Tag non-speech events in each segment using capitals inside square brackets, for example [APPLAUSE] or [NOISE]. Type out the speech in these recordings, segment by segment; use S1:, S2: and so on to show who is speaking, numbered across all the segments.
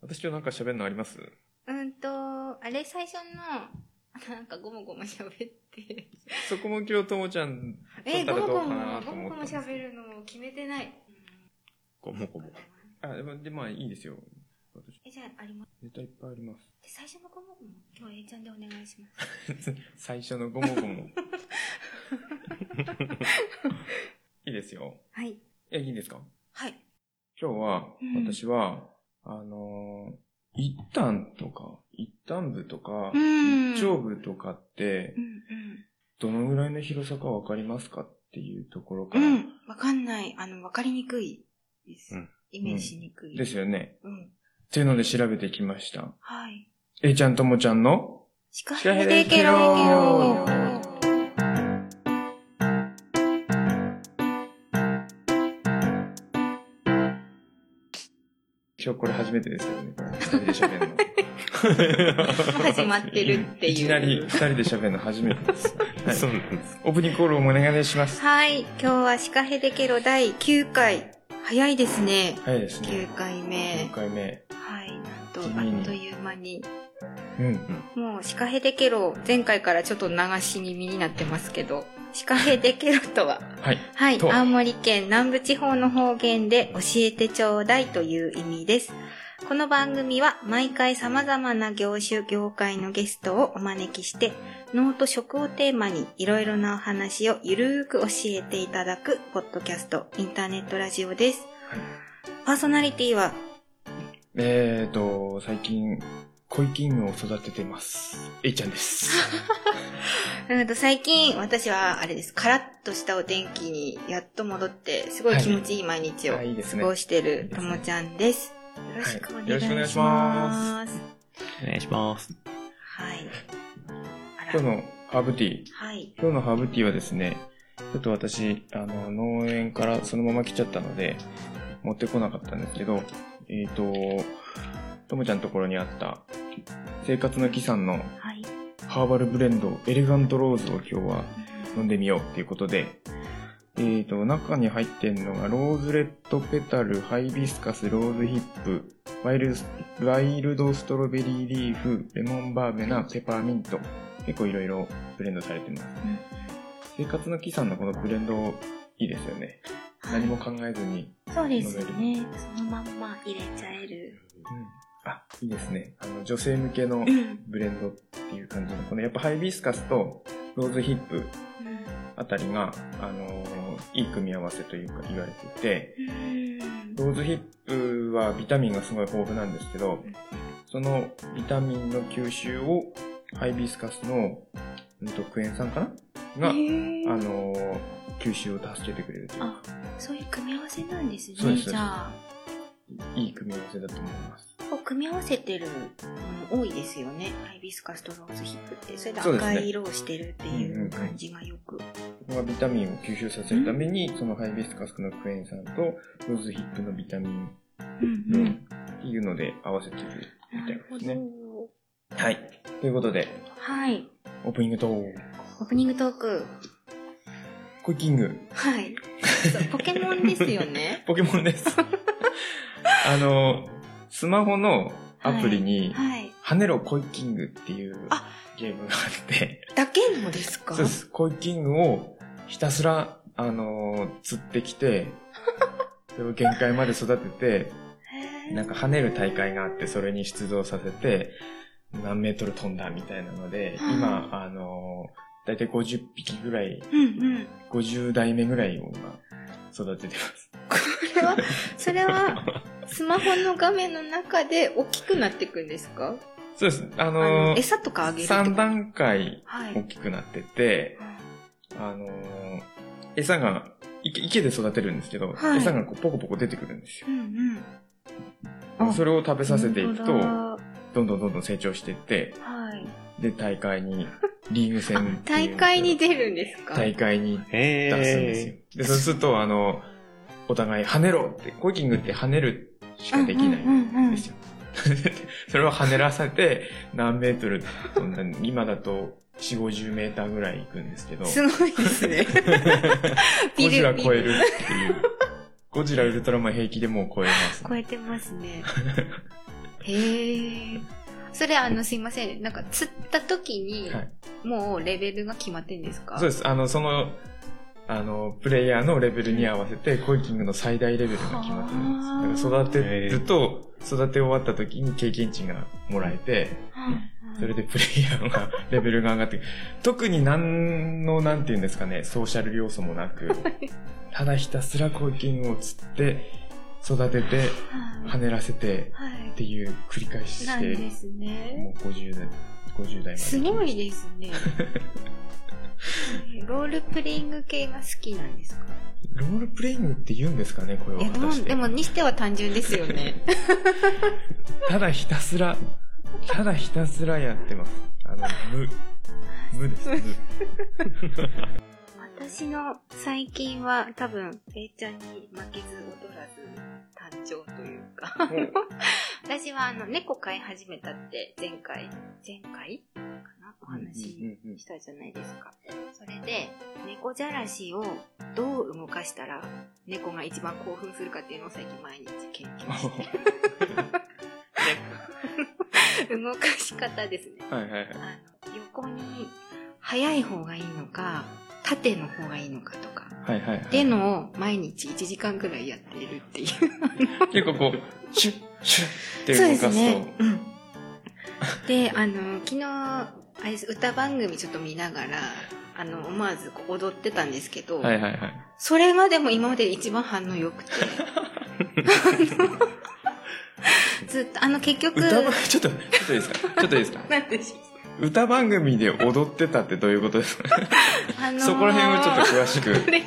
S1: 私今日なんか喋るのあります
S2: うんと、あれ最初の、 [LAUGHS] なんかごもごも喋って。
S1: そこも今日とも [LAUGHS] ちゃん
S2: え
S1: 撮
S2: ー、
S1: った
S2: ご
S1: らどう
S2: もご
S1: かな
S2: も、
S1: と
S2: ご
S1: 思
S2: も
S1: っ
S2: ご
S1: たん
S2: も
S1: ですけど
S2: 喋るのを決めてない。
S3: ごもごも。
S1: あでもでまあいいですよ私
S2: え、じゃあ、あります。
S1: ネタいっぱいあります
S2: で最初のごもごも、今日 A ちゃんでお願いします。
S1: [LAUGHS] 最初のごもご [LAUGHS] もいいですよ
S2: はい。
S1: えいいんですか
S2: はい。
S1: 今日は
S2: うん
S1: 私は、あのー一旦とか一旦部とか
S2: うん
S1: 一丁部とかって
S2: うん
S1: どのぐらいの広さかわかりますかっていうところか
S2: う
S1: ら、
S2: ん。うん。わかんない。あの、わかりにくいです。
S3: うん
S2: イメージしにくい。
S1: ですよね
S2: うん。
S1: っていうので調べてきました
S2: はい。
S1: えいちゃんともちゃんの
S2: シカ
S1: ヘ
S2: ヘ
S1: デ
S2: デ
S1: ケ
S2: ケ
S1: ロ
S2: ロ
S1: 今日これ初めてですよね。これ二人で喋るの。 [LAUGHS]
S2: 始まってるっていう
S1: いきなり二人で喋るの初めてです。はい
S3: そうなんです。
S1: オープニングコールをお願いします。
S2: はい。今日はシカヘデケロ第9回。早いですね。
S1: はいですね。
S2: 9回目
S1: 9。回目。
S2: はい。なんと、
S1: 地味に
S2: あっという間に。
S1: うん。
S2: もう、シカヘデケロ、前回からちょっと流し気味になってますけど、シカヘデケロと [LAUGHS] は、
S1: はい。
S2: はい、
S1: と
S2: 青森県南部地方の方言で教えてちょうだいという意味です。この番組は毎回様々な業種、業界のゲストをお招きして、脳と食をテーマにいろいろなお話をゆるーく教えていただく、ポッドキャスト、インターネットラジオです。パーソナリティは、
S1: えーと、最近、恋キングを育ててます。えいちゃんです。
S2: うんと最近私はあれです、カラッとしたお天気にやっと戻って、すごい気持ちいい毎日を
S1: はいあいいです
S2: 過
S1: ね
S2: ごしてるともちゃんです。よろしくお
S1: はい
S2: 願
S1: よろしくお願い
S2: い
S1: し
S2: し
S1: ま
S2: ます。
S3: お願いします。
S2: はい。
S1: 今
S2: あら
S1: 日。のハーブティー。
S2: はい。
S1: 今日のハーブティーはですね、ちょっと私、あの、農園からそのまま来ちゃったので、持ってこなかったんですけど、えっ、と、ともちゃんのところにあった、生活の木さんの
S2: はい。
S1: ハーバルブレンド、エレガントローズを今日は飲んでみようっていうことで、えー、と、中に入ってんのが、ローズレッドペタル、ハイビスカス、ローズヒップ、ワイルスワイルドストロベリーリーフ、レモンバーベナ、ペパーミント。結構いろいろブレンドされてます。
S2: ん
S1: 生活の木さんのこのブレンド、いいですよね。何も考えずに。
S2: そうですよね。そのまんま入れちゃえる。
S1: あ、いいですね。あの、女性向けの
S2: うん。
S1: ブレンドっていう感じの、このやっぱハイビスカスとローズヒップあたりが、あのーいい組み合わせというか言われていて、
S2: うん。うん
S1: ローズヒップはビタミンがすごい豊富なんですけど、そのビタミンの吸収をハイビスカスの、うんと、クエン酸かなが、
S2: へー
S1: あのー吸収を助けてくれるという
S2: あ、そういう組み合わせなんです
S1: そう
S2: ね。
S1: です
S2: じゃあ、
S1: いい組み合わせだと思います。
S2: こう組み合わせてるもの多いですよね。ハイビスカスとローズヒップって。それで
S1: そうですね
S2: 赤い色をしてるってい
S1: んうんうん
S2: う感じがよく。
S1: ここがビタミンを吸収させるために、そのハイビスカスのクエン酸とローズヒップのビタミン
S2: うん
S1: うんっていうので合わせてるみ
S2: な
S1: たい
S2: るほ
S1: ですね。
S2: ど。
S1: はい。ということで、
S2: はい。
S1: オープニングトーク。
S2: オープニングトーク。
S1: コイキング。。
S2: はい。そうポケモンですよね
S1: ポケモン
S2: [LAUGHS]
S1: です。あの、スマホのアプリに、
S2: はい。
S1: 跳ねろコイキングっていう
S2: あ
S1: ゲームがあって、
S2: だけのですか
S1: そうです。コイキングをひたすら、あのー釣ってきて、
S2: [LAUGHS]
S1: それを限界まで育て
S2: へ
S1: て、
S2: ー
S1: なんか跳ねる大会があって、それに出場させて、何メートル飛んだみたいなので、
S2: はい
S1: 今、あのー、だいたい50匹ぐらい、
S2: うんうん。
S1: 50代目ぐらいを今、育ててます。
S2: それは、それは、スマホの画面の中で大きくなっていくんですか
S1: そうです。あ
S2: あ
S1: の
S2: の、
S1: ー、
S2: 餌とかあげるってこと
S1: 3段階
S2: はい。
S1: 大きくなってて、あのー餌が池、池で育てるんですけど、
S2: はい
S1: 餌がこうポコポコ出てくるんですよ
S2: う。んうん。あ
S1: それを食べさせていくと、
S2: 本
S1: どんどんどんどん成長していって、
S2: 当だはい。
S1: で、大会に、リーグ戦っていう
S2: 大会に出るんですか
S1: 大会に
S3: へ
S1: 出すんですよ。で、そうすると、あの、お互い跳ねろって、コイキングって跳ねるしかできない
S2: うんうんうんうんん
S1: ですよ。それを跳ねらせて、何メートル飛んだ、今だと4、50メーターぐらい行くんですけど、
S2: すごいで
S1: [LAUGHS]
S2: すね。
S1: ゴジラ
S2: ビル
S1: 超えるって [LAUGHS]
S2: [LAUGHS]
S1: いう。ゴジラウルトラマン平気でもう超えます、
S2: 超えてますね。へえ。それあの、すいません。なんか、釣った時に、
S1: はい。
S2: もうレベルが決まってんですか
S1: そう
S2: う
S1: です。あの、その、あの、プレイヤーのレベルに合わせて、コイキングの最大レベルが決まってるんです。だから育てると、育て終わった時に経験値がもらえて、それでプレイヤーがレベルが上がってくる特に何の、なんていうんですかね、ソーシャル要素もなく、ただひたすらコイキングを釣って、育てて、
S2: は
S1: 跳ねらせて、
S2: い
S1: っ。ていう繰り返し
S2: な
S1: して、
S2: んですね。
S1: もう50代、50代まで。
S2: すごいです
S1: [LAUGHS]
S2: ね。ロールプレイング系が好きなんですか
S1: ロールプレイングって言うんですかね、これを
S2: いや、
S1: 果
S2: ど
S1: たし
S2: う
S1: て
S2: で。も、にしては単純ですよね。
S1: ただひたすら、ただひたすらやってます。あの、
S2: [LAUGHS]
S1: 無、無です、無。
S2: 私の最近は多分、ペイちゃんに負けず劣らず、単調というか。 [LAUGHS] 私はあの、猫飼い始めたって、前回、前回かなお話
S1: うんうんうん
S2: したじゃないですか。それで、猫じゃらしをどう動かしたら、猫が一番興奮するかっていうのを最近毎日研究して動かし方ですね。
S1: はいはいはい。
S2: あの横に早い方がいいのか縦の方がいいのかとか
S1: はいはい、はい。
S2: っていうのを毎日1時間くらいやっているっていう
S1: 結構こう、シュッ、シュッって
S2: そう
S1: 動
S2: で
S1: かすと。
S2: すね、うん、であの昨日あれです歌番組ちょっと見ながらあの思わずこう踊ってたんですけど、
S1: はいはいはい。
S2: それがでも今までで一番反応
S1: [LAUGHS]
S2: 良くてあのずっとあの結局
S1: 歌番、ちょっと、ちょっといいですかちょっといいですか
S2: なんでしょう
S1: 歌番組で踊ってたってどういうことですか
S2: あのー
S1: そこら辺をちょっと詳しく。
S2: これ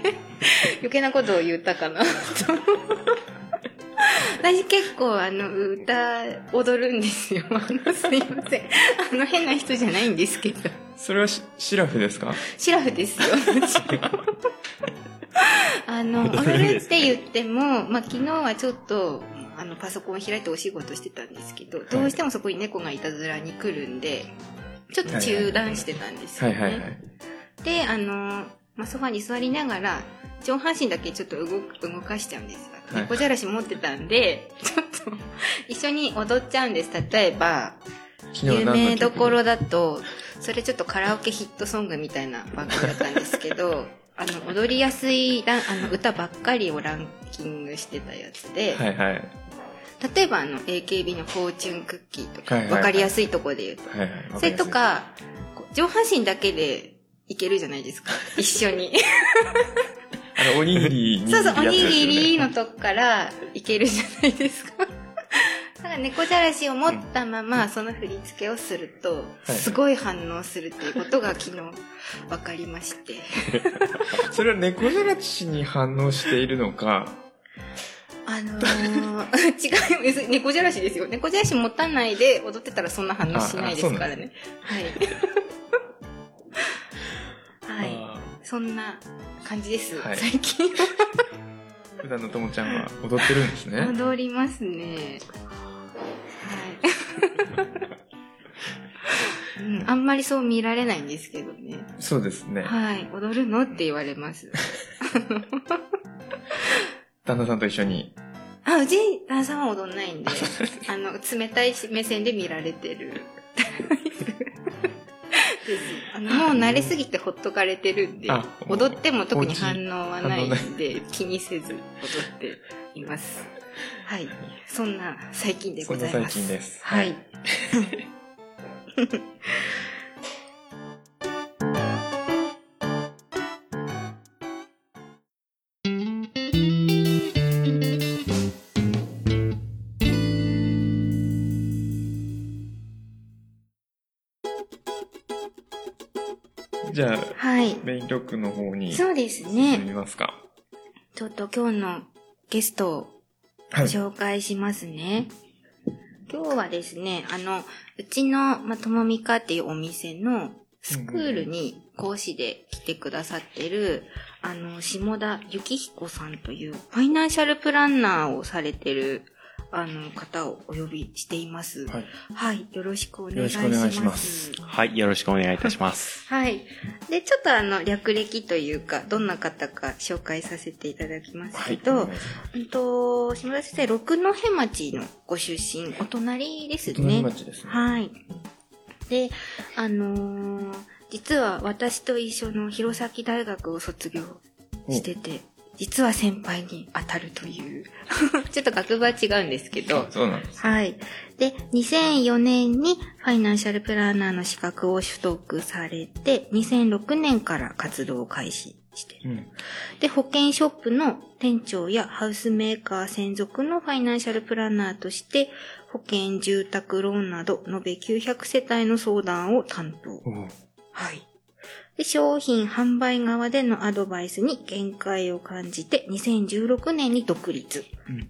S2: 余計なことを言ったかな私結構あの歌踊るんですよあのすいませんあの変な人じゃないんですけど
S1: それはしシラフですか
S2: シラフですよ私あの
S4: 踊るん
S2: 踊る
S4: で
S2: っ
S4: す
S2: て
S4: ね
S2: 言っても、まあ、昨日はちょっとあのパソコンを開いてお仕事してたんですけどどうしてもそこに猫がいたずらに来るんでちょっと中断してたんです
S1: は
S2: よ
S1: い
S2: ね、
S1: はいはい。
S2: で、あの、まあ、ソファに座りながら、上半身だけちょっと動く動かしちゃうんですよ。
S1: はい
S2: 猫じゃらし持ってたんで、ちょっと一緒に踊っちゃうんです。例えば、
S1: 昨
S2: 有
S1: 日何の曲
S2: 名どころだと、それちょっとカラオケヒットソングみたいな番組だったんです
S1: [LAUGHS]
S2: けど、あの、踊りやすいランあの歌ばっかりをランキングしてたやつで、
S1: はいはい。はい
S2: 例えばあの、AKB のフォーチュンクッキーとか、
S1: は
S2: わ、
S1: いはいはい
S2: かりやすいとこで言うと、
S1: はい。
S2: それとか、こう上半身だけでいけるじゃない
S1: [LAUGHS]
S2: ですか。一緒に。
S1: あの、おにぎりに
S2: そうそう、おにぎり
S1: の。
S2: のとこからいけるじゃないですか。だ [LAUGHS] から猫じゃらしを持ったままその振り付けをすると、
S1: はい
S2: すごい反応するっていうことが昨日分かり
S1: [LAUGHS]
S2: まして。
S1: それは猫じゃらしに反応しているのか、
S2: あのー、 [LAUGHS] 違います。猫じゃらしですよ。猫じゃらし持たないで踊ってたらそんな反応しないですからね。はい。はい。 [LAUGHS]
S1: あ
S2: そんな感じです、
S1: はい
S2: 最近。
S1: ー普段のともちゃんは踊ってるんですね。
S2: 踊りますね。はい。うん、
S1: [LAUGHS]
S2: あんまりそう見られないんですけどね。
S1: そうですね。
S2: はい。踊るのって言わ
S1: [LAUGHS]
S2: れます。
S1: 旦那さんと一緒に。
S2: あ、うち旦那さんは踊んないんで、あの、冷たい目線で見られて
S1: [LAUGHS]
S2: る。ですあのもう慣れすぎてほっとかれてるんで
S1: あ、
S2: 踊っても特に
S1: 放
S2: 反
S1: 置
S2: 応はないんで、気にせず踊っています。はい。そんな最近でございます。
S1: そんな最近です
S2: はい。
S1: じゃあ、
S2: はい。
S1: メイン曲の方に
S2: そうです
S1: 進
S2: ね。
S1: みますか。
S2: ちょっと今日のゲストを
S1: はい。
S2: 紹介しますね。今日はですね、あの、うちの、まあ、ともみかっていうお店のスクールに講師で来てくださってる、あの、下田幸彦さんというファイナンシャルプランナーをされてる、あの、方をお呼びしています。
S5: はい。
S2: はい。よろしくお願いし
S5: よろしくお願いし
S2: ま
S5: ますす。
S6: はい、よろしくお願いいたします。
S2: はい。で、ちょっとあの、略歴というか、どんな方か紹介させていただきます
S5: は
S2: け
S5: い。
S2: ど、
S5: お願いしま
S2: う
S5: す
S2: んと、島田先生、六戸町のご出身、お隣です
S5: 隣
S2: ね。
S5: 町ですね。
S2: はい。で、あのー実は私と一緒の弘前大学を卒業
S5: お
S2: してて、実は先輩に当たるという、 [LAUGHS] ちょっと学部は違うんですけど
S5: あ、そうなんです。
S2: はい。で、2004年にファイナンシャルプランナーの資格を取得されて、2006年から活動を開始して
S5: うん。
S2: で、保険ショップの店長やハウスメーカー専属のファイナンシャルプランナーとして、保険、住宅、ローンなど、延べ900世帯の相談を担当。
S5: おう
S2: はい。で、商品販売側でのアドバイスに限界を感じて、2016年に独立。
S5: うんうん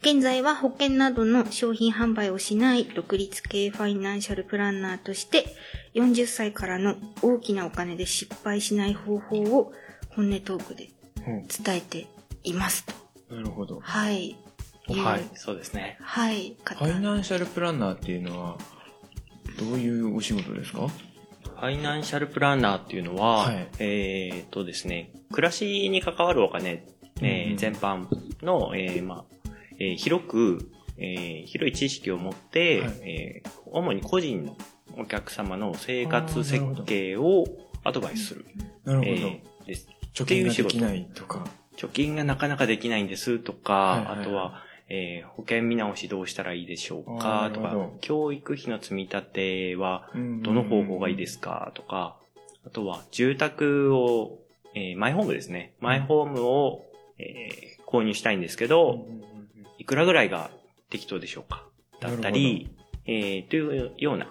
S2: 現在は保険などの商品販売をしない独立系ファイナンシャルプランナーとして40歳からの大きなお金で失敗しない方法を本音トークで伝えていますと。
S5: おうなるほど。
S2: はい。いう
S6: はい、そうですね。
S2: はい。
S5: フ
S2: 方
S5: ァイナンシャルプランナーっていうのは、どういうお仕事ですか
S6: ファイナンシャルプランナーっていうのは、
S5: はい
S6: えーっとですね、暮らしに関わるお金、えー
S5: うん
S6: 全般の、えーまあえー広く、えー広い知識を持って、
S5: はい
S6: えー主に個人のお客様の生
S5: あ
S6: 活
S5: ーなるほど
S6: 設計をアドバイスする。
S5: なるほど。
S6: えーです
S5: 貯金ができないとか。
S6: 貯金がなかなかできないんですとか、
S5: いはいはい
S6: あとは、えー保険見直しどうしたらいいでしょう
S5: あ
S6: か
S5: ー
S6: と
S5: な
S6: か
S5: るほど、
S6: 教育費の積み立てはど
S5: ど
S6: の方法がいいです
S5: か
S6: かとか、あとは住宅を、えーマイホームですね。マイホームを、えー購入したいんですけど、いくらぐらいが適当でしょうかだったり、えーというような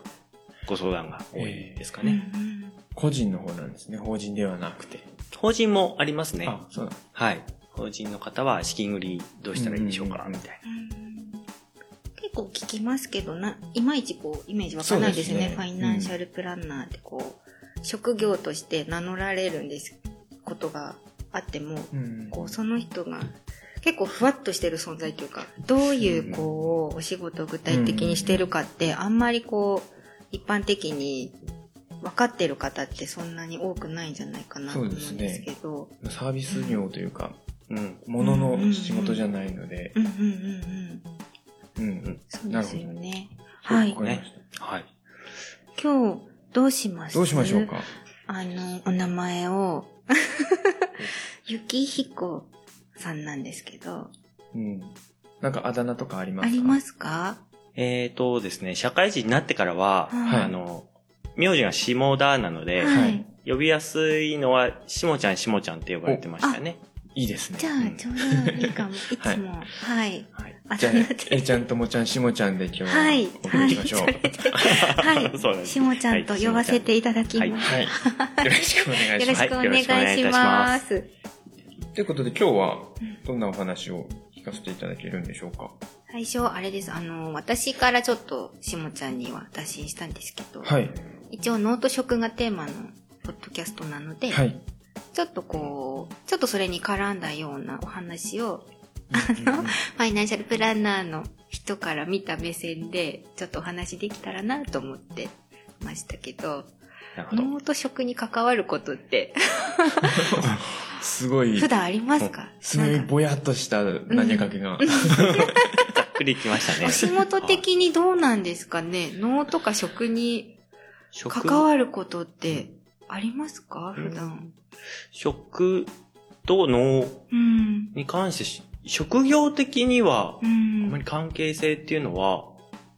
S6: ご相談が多いですかね。
S2: うんうん
S5: 個人の方なんですね。法人ではなくて。
S6: 法人もありますね。
S5: あ、そうだ。
S6: はい。法人の方は資金繰りどうしたらいいでしょう
S5: うん
S6: か
S5: うんうん
S6: みたいな。
S2: うん結構聞きますけどな、いまいちこう、イメージわかんないですよね。
S5: そうです
S2: フ
S5: ね
S2: ァイナンシャルプランナーってこう、職業として名乗られるんです、ことがあっても、
S5: うん
S2: こう、その人が、結構ふわっとしてる存在というか、どういうこう、お仕事を具体的にしてるかって、あんまりこう、一般的に分かってる方ってそんなに多くないんじゃないかなと思うんですけど。
S5: サービス業というか、
S6: うん。
S5: ものの仕事じゃないので、
S2: うんうんうんうん。
S5: うん
S6: ん
S2: そうですよね。
S5: そう
S2: はい
S5: わ。かりまし
S6: はい。
S2: 今日、どうしま
S5: た
S2: す
S5: どうしましょうか
S2: あの、お名前を、雪彦さんなんですけど、
S5: うん。なんかあだ名とかありま
S2: あ
S5: すか
S2: りますか
S6: えーとですね、社会人になってからは、
S2: はい
S6: あの、名字が下田な
S2: [LAUGHS]
S6: ので、
S2: はい
S6: 呼びやすいのは、下ちゃん下ちゃんって呼ばれてましたね。
S5: いいですね。
S2: じゃ
S6: う
S2: あ、
S6: ん
S2: ちょうどいいかも。いつも。はい。
S6: はい。
S2: あ
S5: じゃあ
S2: そうなっ、て
S5: えちゃんともちゃん、しもちゃんで今日は
S2: はい。
S5: お
S2: は
S5: 送
S2: い。
S5: りしましょう。
S2: そ
S5: は
S2: れ
S5: い。
S2: ではい。
S6: [LAUGHS] そうなんです
S2: しもちゃんと呼ばせていただき
S6: は
S2: ま
S6: い
S2: す。
S5: よろしくお願い
S2: よ
S5: し
S2: ろ
S5: ま
S2: しくお願い
S6: はいよろしくお願いい
S2: した
S6: し
S2: ま。
S6: ます
S5: す。ということで今日はどんなお話を聞かせていただけるんでしょうか
S2: 最初、あれです。あの、私からちょっと、しもちゃんには打診したんですけど、
S5: はい。
S2: 一応、ノート食がテーマの、ポッドキャストなので、
S5: はい。
S2: ちょっとこう、ちょっとそれに絡んだようなお話を、 [LAUGHS]
S5: うんうん [LAUGHS]
S2: ファイナンシャルプランナーの人から見た目線で、ちょっとお話できたらなと思ってましたけど、
S6: なるほど。
S2: 脳と食に関わることって、
S5: すごい
S2: 普、段ありますか
S5: すごい
S2: なんか
S5: ぼやっとした投げかけが。
S6: ざっくりきましたね。
S2: お仕事的にどうなんですかね脳とか食に
S6: 食
S2: 関わることってありますか普段。
S6: 食と脳
S2: うん。
S6: に関してし、職業的には
S2: う、
S6: あ
S2: ん。
S6: まり関係性っていうのは、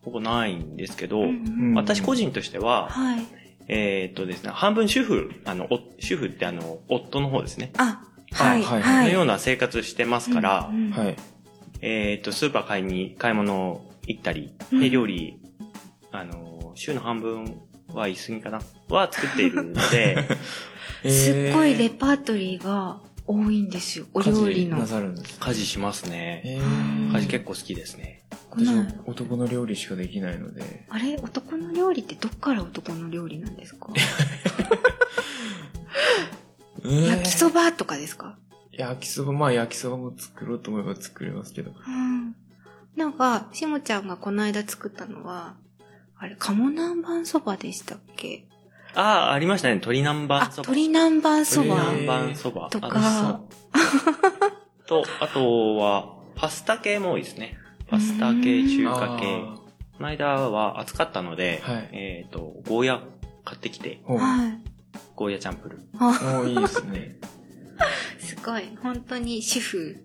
S6: ほぼないんですけど、
S2: うん
S5: うん
S6: 私個人としては、
S2: はい。
S6: えーっとですね、半分主婦、あの、お主婦ってあの、夫の方ですね。
S2: あ、はい。
S5: はい
S2: は
S6: のよう
S2: い。
S6: な生活してますから、
S2: うんうん
S5: はい。
S6: えーっと、スーパー買いに、買い物行ったり、
S2: う
S6: で、
S2: ん
S6: 料理、あの、週の半分は言い過ぎかなは作っているので、
S2: [LAUGHS] すっごいレ
S5: レ
S2: パートリーが多いんですよ。お料理の
S5: な。さるんです。
S6: 家事しますね。
S5: え
S2: ー
S6: 家事結構好きですね。
S2: こん
S5: 私
S2: な
S5: は男の料理しかできないので。
S2: あれ男の料理ってどっから男の料理なんですか焼きそばとかですか
S5: 焼きそば、まあ焼きそばも作ろうと思えば作れますけど。
S2: うん。なんか、しもちゃんがこの間作ったのは、あれ、鴨南蛮そばでしたっけ
S6: ああ、ありましたね。鶏
S2: あ、
S6: 南蛮そば。
S2: 鶏南蛮そ
S6: 鶏
S2: ば。
S6: 南蛮そば。
S2: とか
S6: あそうと、あとは、パスタ系も多いですね。パスタ系、中華系。
S1: あ
S6: この間は暑かったので、
S1: はい
S6: えっ、と、ゴーヤ買ってきて、
S1: ーほう
S2: は
S6: ゴーヤチャンプルー。
S1: もういいですね。
S2: い。すごい。本当に主婦。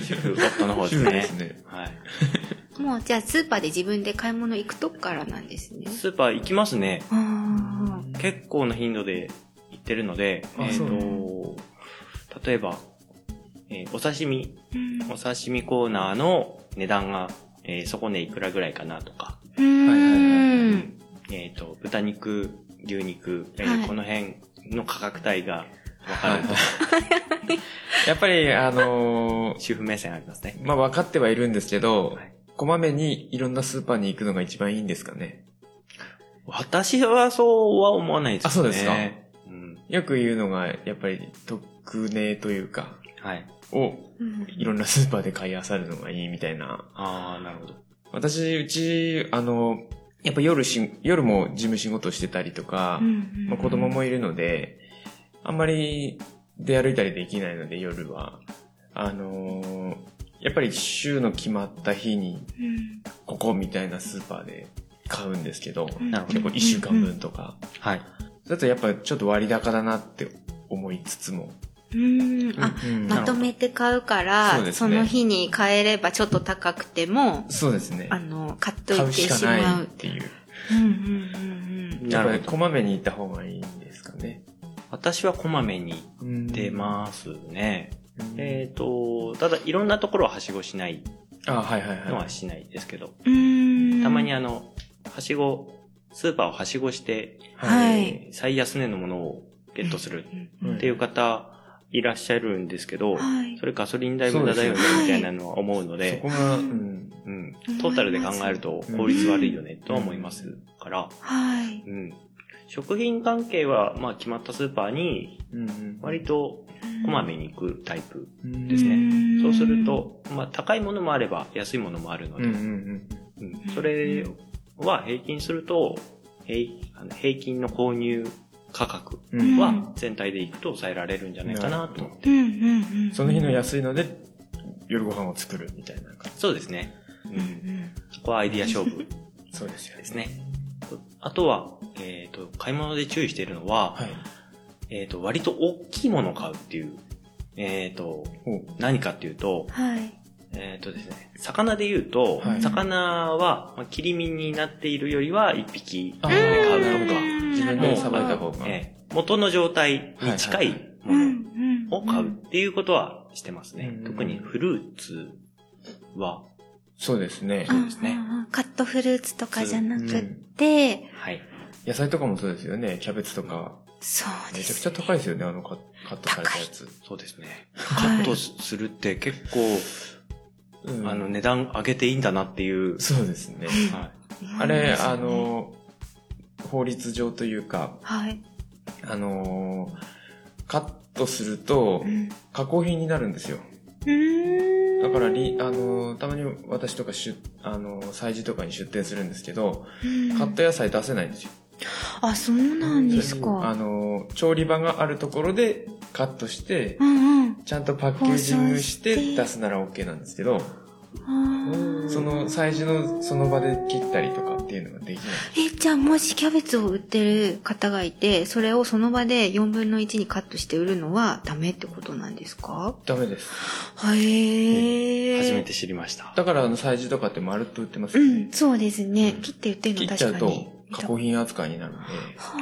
S6: 主婦夫の
S2: [LAUGHS]
S6: 方です
S1: そう
S6: ね。
S1: ね。
S6: はい。
S2: もう、じゃあスーパーで自分で買い物行くとこからなんですね。
S6: スーパー行きますね。
S2: あ
S6: 結構な頻度で行ってるので、
S1: あ
S6: えっ、
S1: そう
S6: と、例えば、えーお刺身、
S2: ーうん
S6: お刺身コーナーの値段が、えーそこねいくらぐらいかなとか、
S2: うーん。
S6: えっ、と、豚肉、牛肉、えー
S2: はい
S6: この辺の価格帯が分かると、
S1: [LAUGHS] やっぱり、あのー
S6: 主婦目線ありますね。
S1: まあ分かってはいるんですけど、
S6: はい
S1: こまめにいろんなスーパーに行くのが一番いいんですかね。
S6: 私はそうは思わないですね。
S1: あそうですか
S6: うん。
S1: よく言うのが、やっぱり特値というか、
S6: はい。
S1: を
S2: うん
S1: いろんなスーパーで買い漁るのがいいみたいな。
S6: ああ、なるほど。
S1: 私、うち、あの、やっぱ夜し、夜も事務仕事してたりとか、まあ、子供もいるので、あんまり出歩いたりできないので夜は。あのーやっぱり週の決まった日に
S2: うん
S1: ここみたいなスーパーで買うんですけど、
S2: うん
S6: なるほど
S1: 結構1週間分とか。
S6: はい。
S1: だとやっぱちょっと割高だなって思いつつも。
S2: うんうんあ、
S1: うん
S2: まとめて買うから
S1: そう
S2: そ,、
S1: ですね
S2: の日に買えればちょっと高くても
S1: そうですね
S2: あ。の買っとい
S1: 買
S2: て
S1: うしか
S2: し
S1: ない
S2: ま
S1: っ
S2: う
S1: ていう。
S2: うんうんうん
S1: やっぱ
S6: な
S1: り
S6: るほど
S1: こまめに行った方がいいんですかね。
S6: 私はこまめに出ますね。えっ、と、ただいろんなところははしごしない
S1: あ、はいはい
S6: の
S1: は
S6: はしないですけど、
S2: うんうん
S6: たまにあの、はしご、スーパーをはしごして、
S1: い。
S2: はい
S6: えー最安値のものをゲットする
S2: うんうん
S6: っていう方いらっしゃるんですけど、
S2: はい
S6: それガソリン代無駄だよね
S2: そうですね
S6: みたいなのは思うの
S1: そ
S6: で、
S1: こが、うん。
S6: うん、トータルで考えると効率悪いよねとは思いますから、
S2: はい
S6: うん、食品関係はまあ決まったスーパーに
S1: うん
S6: 割とこまめに行くタイプ
S1: で
S6: ですね。
S2: ん
S6: そうすると、まあ高いものもあれば安いものもあるの
S1: うん
S6: で
S1: う、んうん。
S6: うんそれは平均すると、平あの平均の購入価格
S1: うん
S6: は全体でいくと抑えられるんじゃないかなと思って。
S2: うんうんうん
S1: その日の安いので、夜ご飯を作るみたいな感
S6: そうですね。う。
S2: うんうんん
S6: そこはアイディア勝負
S1: じ。そうですよ
S6: ですね。あとは、えっ、と、買い物で注意しているのは、
S1: はい。
S6: えっ、と、割と大きいものを買うっていう。えっ、と、
S1: ほう。
S6: 何かっていうと、
S2: はい
S6: えっ、とですね、魚で言うと、
S1: はい
S6: 魚は、まあ、切り身になっているよりは一匹
S1: あー
S6: で
S1: なるほ
S6: 買うと
S1: ど
S6: か、
S1: 自分でさばいた方
S2: う
S1: が。
S6: ええ元の状態に近
S1: はいはい
S2: うん
S6: も
S2: うん
S6: のを買うっていうことはしてますね。
S1: うん
S6: 特にフルーツは、
S1: そうですね。
S6: そうですね
S2: んんんカットフルーツとかじゃな
S1: う
S2: く
S1: ん
S2: て
S6: はい。
S1: 野菜とかもそうですよね。キャベツとか。
S2: そう
S1: め
S2: で
S1: ちゃく
S2: す
S1: ちゃ高いですよね、あのカカットされたやつ。
S6: そうですね。カ
S2: はい
S6: ットするって結構、
S1: うん
S6: あの、値段上げていいんだなっていう。
S1: そうですね。
S6: は
S1: あれ、あの、法律上というか、
S2: はい
S1: あの、カットすると
S2: う、ん
S1: 加工品になるんですよ。
S2: うん
S1: だからり、あの、たまに私とか出、あの、催事とかに出店するんですけど、カット野菜出せないんですよ。
S2: あ、そうなんです
S1: あ
S2: か。
S1: の、調理場があるところでカットして
S2: う、ん
S1: ちゃんとパッケージングして
S2: 包装して
S1: 出すなら OK なんですけど、
S2: うん。あー
S1: その催事のその場で切ったりとかっていうのができない。
S2: え、じゃあもしキャベツを売ってる方がいて、それをその場で4分の1にカットして売るのはダメってことなんですか
S1: ダメです。
S2: へ
S6: い。
S2: え。
S6: 初め。て知りました。
S1: だからあの催事とかって丸っと売ってます
S2: う
S1: よ
S2: ん
S1: ね、。
S2: そうですね。切って売ってる
S1: 切
S2: の
S1: っちゃう
S2: 確か
S1: と
S2: に。
S1: 加工品扱いになるんで、
S2: は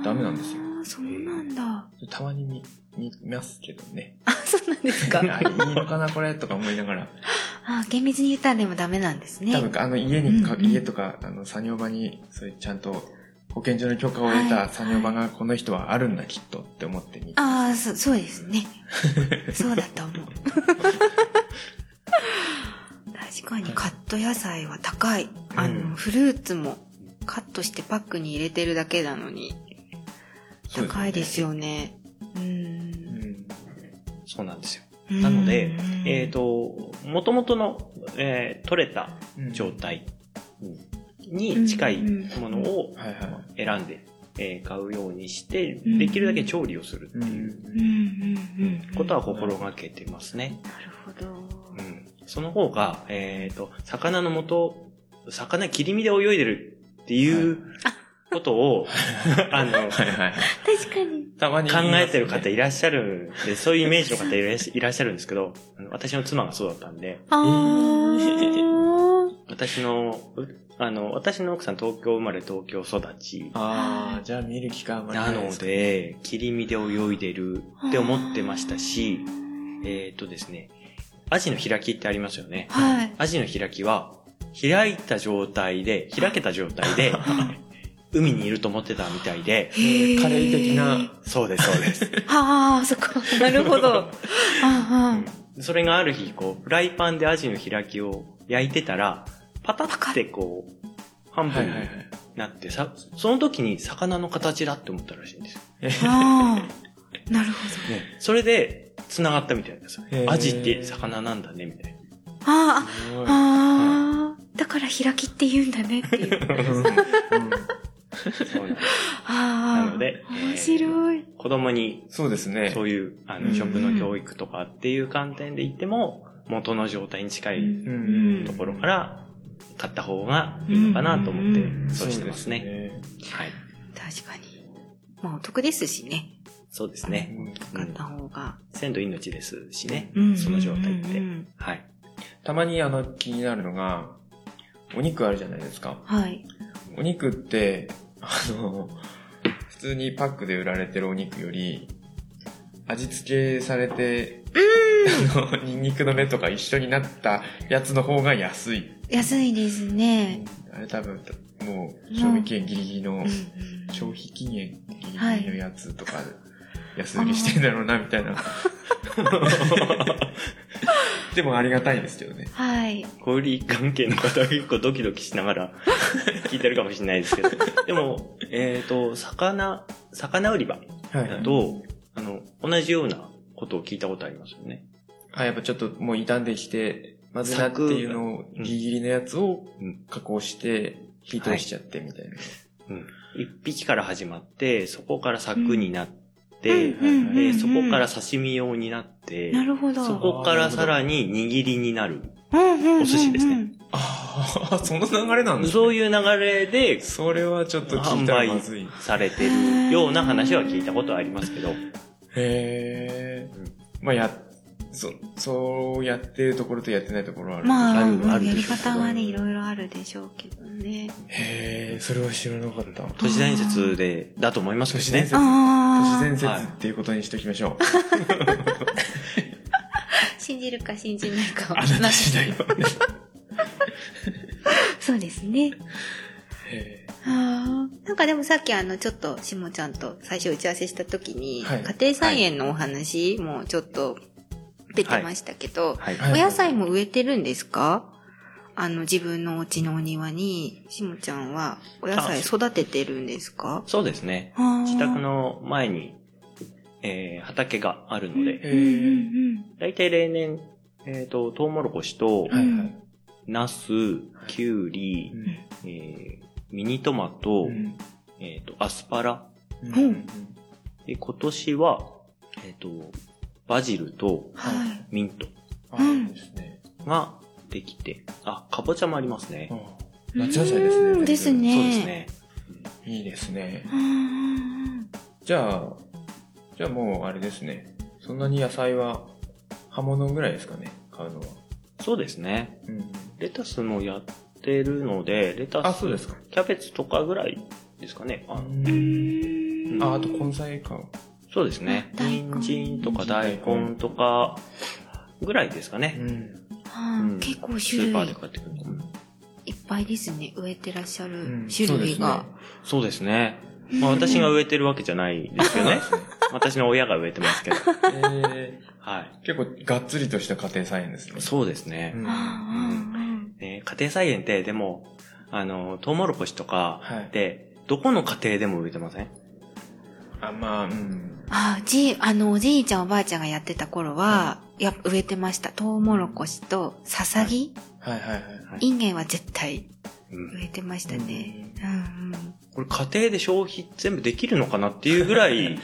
S2: あ
S1: ダメなんですよ。
S2: そうなんだ。
S1: たまに見、見ますけどね。
S2: [LAUGHS] あ、そうなんですか。
S1: あ [LAUGHS] いいのかなこれとか思いながら。
S2: あ、厳密に言ったらでもダメなんですね。
S1: 多分あの家にか、
S2: うんうん
S1: 家とか、あの作業場に、そういうちゃんと保健所の許可を得た作業場がこの人はあるんだきっとって思ってみ
S2: ああ、そそうです
S6: [LAUGHS]
S2: ね。そうだと思う。確かにカット野菜は高い。あの、
S1: うん
S2: フルーツもカットしてパックに入れてるだけなのに、
S1: そう
S2: 高いです
S1: よ
S2: よね。う
S1: ね。うんん
S6: そうなんですよ。
S2: うん
S6: なので、えっ、と、元々のえー取れた
S1: うん
S6: 状態に近いものを
S1: はいはい。
S6: 選んで、えー買うようにして、
S2: うん
S6: できるだけ調理をするっていう
S2: うんうんうん。
S6: ことは心がけてますね。
S2: なるほど。
S6: うん、その方が、えっ、と、魚の元、魚切り身で泳いでるっていうこと [LAUGHS] を、あの、
S1: はいはい。
S2: 確
S6: [LAUGHS]
S2: かに。
S1: たまに
S6: 考えてる方いらっしゃるんで、そういうイメージの方いらっしいらっしゃる [LAUGHS] んですけど、あの私の妻がそうだったんで、
S2: あ
S1: ー
S2: ー。
S6: 私の、うあの、私の奥さん東京生まれ東京育ち
S1: ああ、じゃあ見る機会も
S6: なの。で、切り身で泳いでるって思ってましたし、えっ、とですね、アジの開きってありますよね。
S2: はい。
S6: アジの開きは、開いた状態で、開けた状態で、海にいると思ってたみたいで、 [LAUGHS]
S2: へ
S1: カレー的。な。
S6: そうです、そうです。
S2: ああ、そっか。なるほど。ああ
S6: それがある日、こう、フライパンでアジの開きを焼いてたら、パタってこう、半分になってさ、その時に魚の形だって思ったらしいんですよ。
S2: あああ。なるほど。
S6: ね、それで、繋がったみたいなんですよ
S1: へ。ー
S6: アジって魚なんだね、みたい
S2: あ
S1: すご
S2: あ、
S1: い。
S2: ああ。だから開きって言うんだねってい
S1: [LAUGHS]
S2: う。
S1: うん
S6: な。そうなんです
S2: ああ。
S6: なので
S2: 面白い。
S6: 子供に、
S1: そうですね。
S6: そういう、あ
S1: う
S6: の、
S1: ん
S6: 食の教育とかっていう観点で言っても、元の状態に近い
S1: ん
S6: ところから、買った方がいいのかなと思
S2: う
S6: っ
S2: ん
S6: て、そうしてますね。はい。
S2: 確かに。まあお得ですしね。
S6: そうですね。
S1: うん
S2: 買った方が。
S6: 鮮度命ですしね
S2: う。ん
S6: その状態っ
S2: う
S6: て
S2: んう。ん
S6: はい。
S1: たまにあの気になるのが、お肉あるじゃないですか。
S2: はい。
S1: お肉って、あの、普通にパックで売られてるお肉より、味付けされて、 [LAUGHS] あの、ニンニクの芽とか一緒になったやつの方が安い。
S2: 安いですね。
S1: あれ多分、もう、賞味期限ギリギリの
S2: うん、うん
S1: 消費期限ギリギ
S2: はい
S1: リのやつとか、安売りしてんだろうな、みた [LAUGHS] いな。でもありがたいですけどね。
S2: はい。
S6: 小売関係の方は結構ドキドキしながら
S2: [LAUGHS]
S6: 聞いてるかもしれないですけど。でも、えっ、と、魚、魚売り場
S1: は
S6: だと、あの、同じようなことを聞いたことありますよね。
S1: あ、やっぱちょっともう傷んできて、まずいなっていうのを、
S6: うん
S1: ギリギリのやつを
S6: うん
S1: 加工して、火通しちゃってみたいな。
S6: うん。一匹から始まって、そこから柵になって、
S2: うんうんうんうん
S6: でそこから刺身用になって、
S2: なるほど。
S6: そこからさらに握りになる。
S2: お
S6: お寿司ですね。
S1: ああ、その流れなんです
S6: そういう流れで
S1: それはちょっと聞い
S6: 販
S1: たら
S6: 売
S1: まずい。
S6: されてるような話は聞いたことはありますけど。
S1: へえ
S6: うん。
S1: まあ、や、そ、そうやってるところとやってないところはある。
S2: まあ、
S6: あ
S2: う
S6: る
S2: ん
S6: ある
S2: や
S6: で
S2: り
S6: しょう
S2: 方はね、いろいろあるでしょうけどね。
S1: へえ、それは知らなかった。
S6: 都市伝説で、だと思いますけ
S1: 都
S6: ど
S1: 市
S6: ね
S1: 伝。説。都市
S2: ああ。
S1: 伝説っていうことにしておきましょう。
S2: 信じるか信じないかは。
S1: あなた次第。へ
S2: そうですね。
S1: え
S2: ああ。なんかでもさっきあの、ちょっと、しもちゃんと最初打ち合わせした時に、
S1: はい
S2: 家庭菜園のお話もちょっと出てましたけど、
S6: はい。
S1: はい
S2: お野菜も植えてるんですかあの、自分のお家のお庭に、しもちゃんはお野菜育ててるんですか
S6: そうですね。
S2: 自
S6: 自宅の前に、えー畑があるので、
S2: うんうん
S6: だいたい例年、えっ、と、トウモロコシと、
S1: はいはい。
S6: ナス、キュウリ、えーミニトマト、
S1: うん
S6: えっ、と、アスパラ。
S1: うん
S2: うん
S6: で、今年は、えっ、と、バジルと
S2: うん。はい。
S6: ミント
S1: あいいですね。
S6: ができて、あ、かぼちゃもありますね。
S1: あ夏野菜です
S2: う
S1: ね。
S2: んですね
S6: そうですね。
S1: いいですね。
S2: うんうん
S1: じゃあ、じゃあもうあれですね。そんなに野菜は葉物ぐらいですかね、買うのは。
S6: そうですね。
S1: うん、
S6: レタスもやってるので、レタ
S1: あ、
S6: ス
S1: そうですか。
S6: キャベツとかぐらいですかね。あ
S2: うん。
S1: あ、あと根菜か。
S6: そうですね。
S2: 大根
S6: 人参とか大根とかぐらいですかね。
S1: ん。
S2: あ
S6: う
S2: ー
S6: ん
S2: 結構
S6: ス
S2: 種
S6: ーパー
S2: 類
S6: で買ってくる。
S2: いっぱいですね。植えてらっしゃ
S1: う
S2: る
S1: ん
S2: 種類が。。
S6: そうですね。まあ私が植えてるわけじゃないですけどね。 [LAUGHS] 私の親が植えてますけど。
S1: そうですねえ
S6: はい。
S1: ー結構がっつりとした家庭菜園ですね。
S6: そうですね
S1: う。ん
S2: あーうん
S6: ね家庭菜園ってでも、あの、トウモロコシとか
S1: はい
S6: で、どこの家庭でも植えてません
S1: あ、まあ、うん。
S2: あー、じい、あの、おじいちゃんおばあちゃんがやってた頃は、やっぱ植えてました。トウモロコシとササギ、
S5: はいはいは
S6: は
S5: い。
S6: い
S2: インゲンは絶対
S6: うん
S2: 植えてましたね。うんうん。
S6: これ家庭で消費全部できるのかなっていうぐらい、
S1: い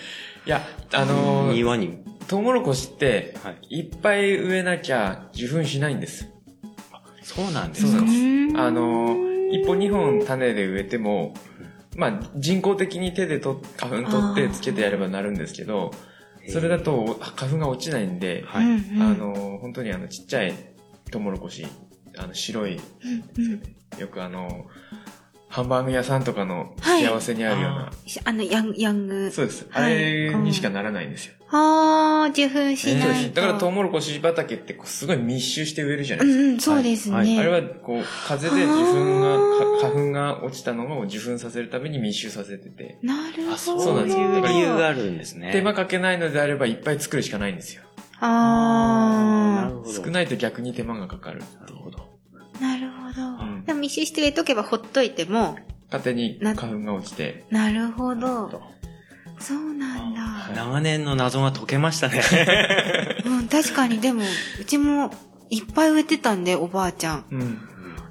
S1: や、 [LAUGHS] あのー、
S6: 庭に。
S1: トウモロコシって、
S6: はい。
S1: いっぱい植えなきゃ受粉しないんです。
S6: そうなんです
S1: そうな
S6: か
S1: ん。です
S2: う
S1: あのー、一本二本種で植えても、まあ人工的に手でと花粉取ってつけてやればなるんですけど、それだと花粉が落ちないんで、
S6: はい。
S2: うん
S6: う
S2: うん
S1: あ、の、本当にあの、ちっちゃいトウモロコシ、あの、白い、
S2: うんうん
S1: よくあの、ハンバーグ屋さんとかの
S2: はい
S1: 幸せにあるような、
S6: あ
S2: あの、ヤンヤング。
S1: そうです。あ
S2: はい
S1: れにしかならないんですよ。
S2: あー、受粉し
S1: そうで
S2: ない
S1: す。
S2: と。
S1: だからトウモロコシ畑ってこうすごい密集して植えるじゃな
S2: う
S1: いですか。
S2: んうん、そうですね。
S6: はい
S1: あれはこう、風で受粉が、か花粉が落ちたのを受粉させるために密集させてて、
S2: なるほど。
S6: あ、そう
S1: そうなんですよ
S6: いう理由が
S2: あ
S6: あるんですね。
S1: 手間かけないのであればいっぱい作るしかないんですよ。
S6: な
S2: あ
S6: るほど。
S1: 少
S6: い。
S1: ないと逆に手間がかかるっていう。
S6: なるほど。
S2: ー、なるほ
S1: う
S2: ど。
S1: ん
S2: でも密集して植えとけばほっといても、
S1: 勝手に花粉が落ちて。
S2: なるほど。そうなんだ。
S6: 長年の謎が解けましたね。
S2: うん、確かにでも、うちもいっぱい植えてたんで、おばあちゃん。
S1: うん。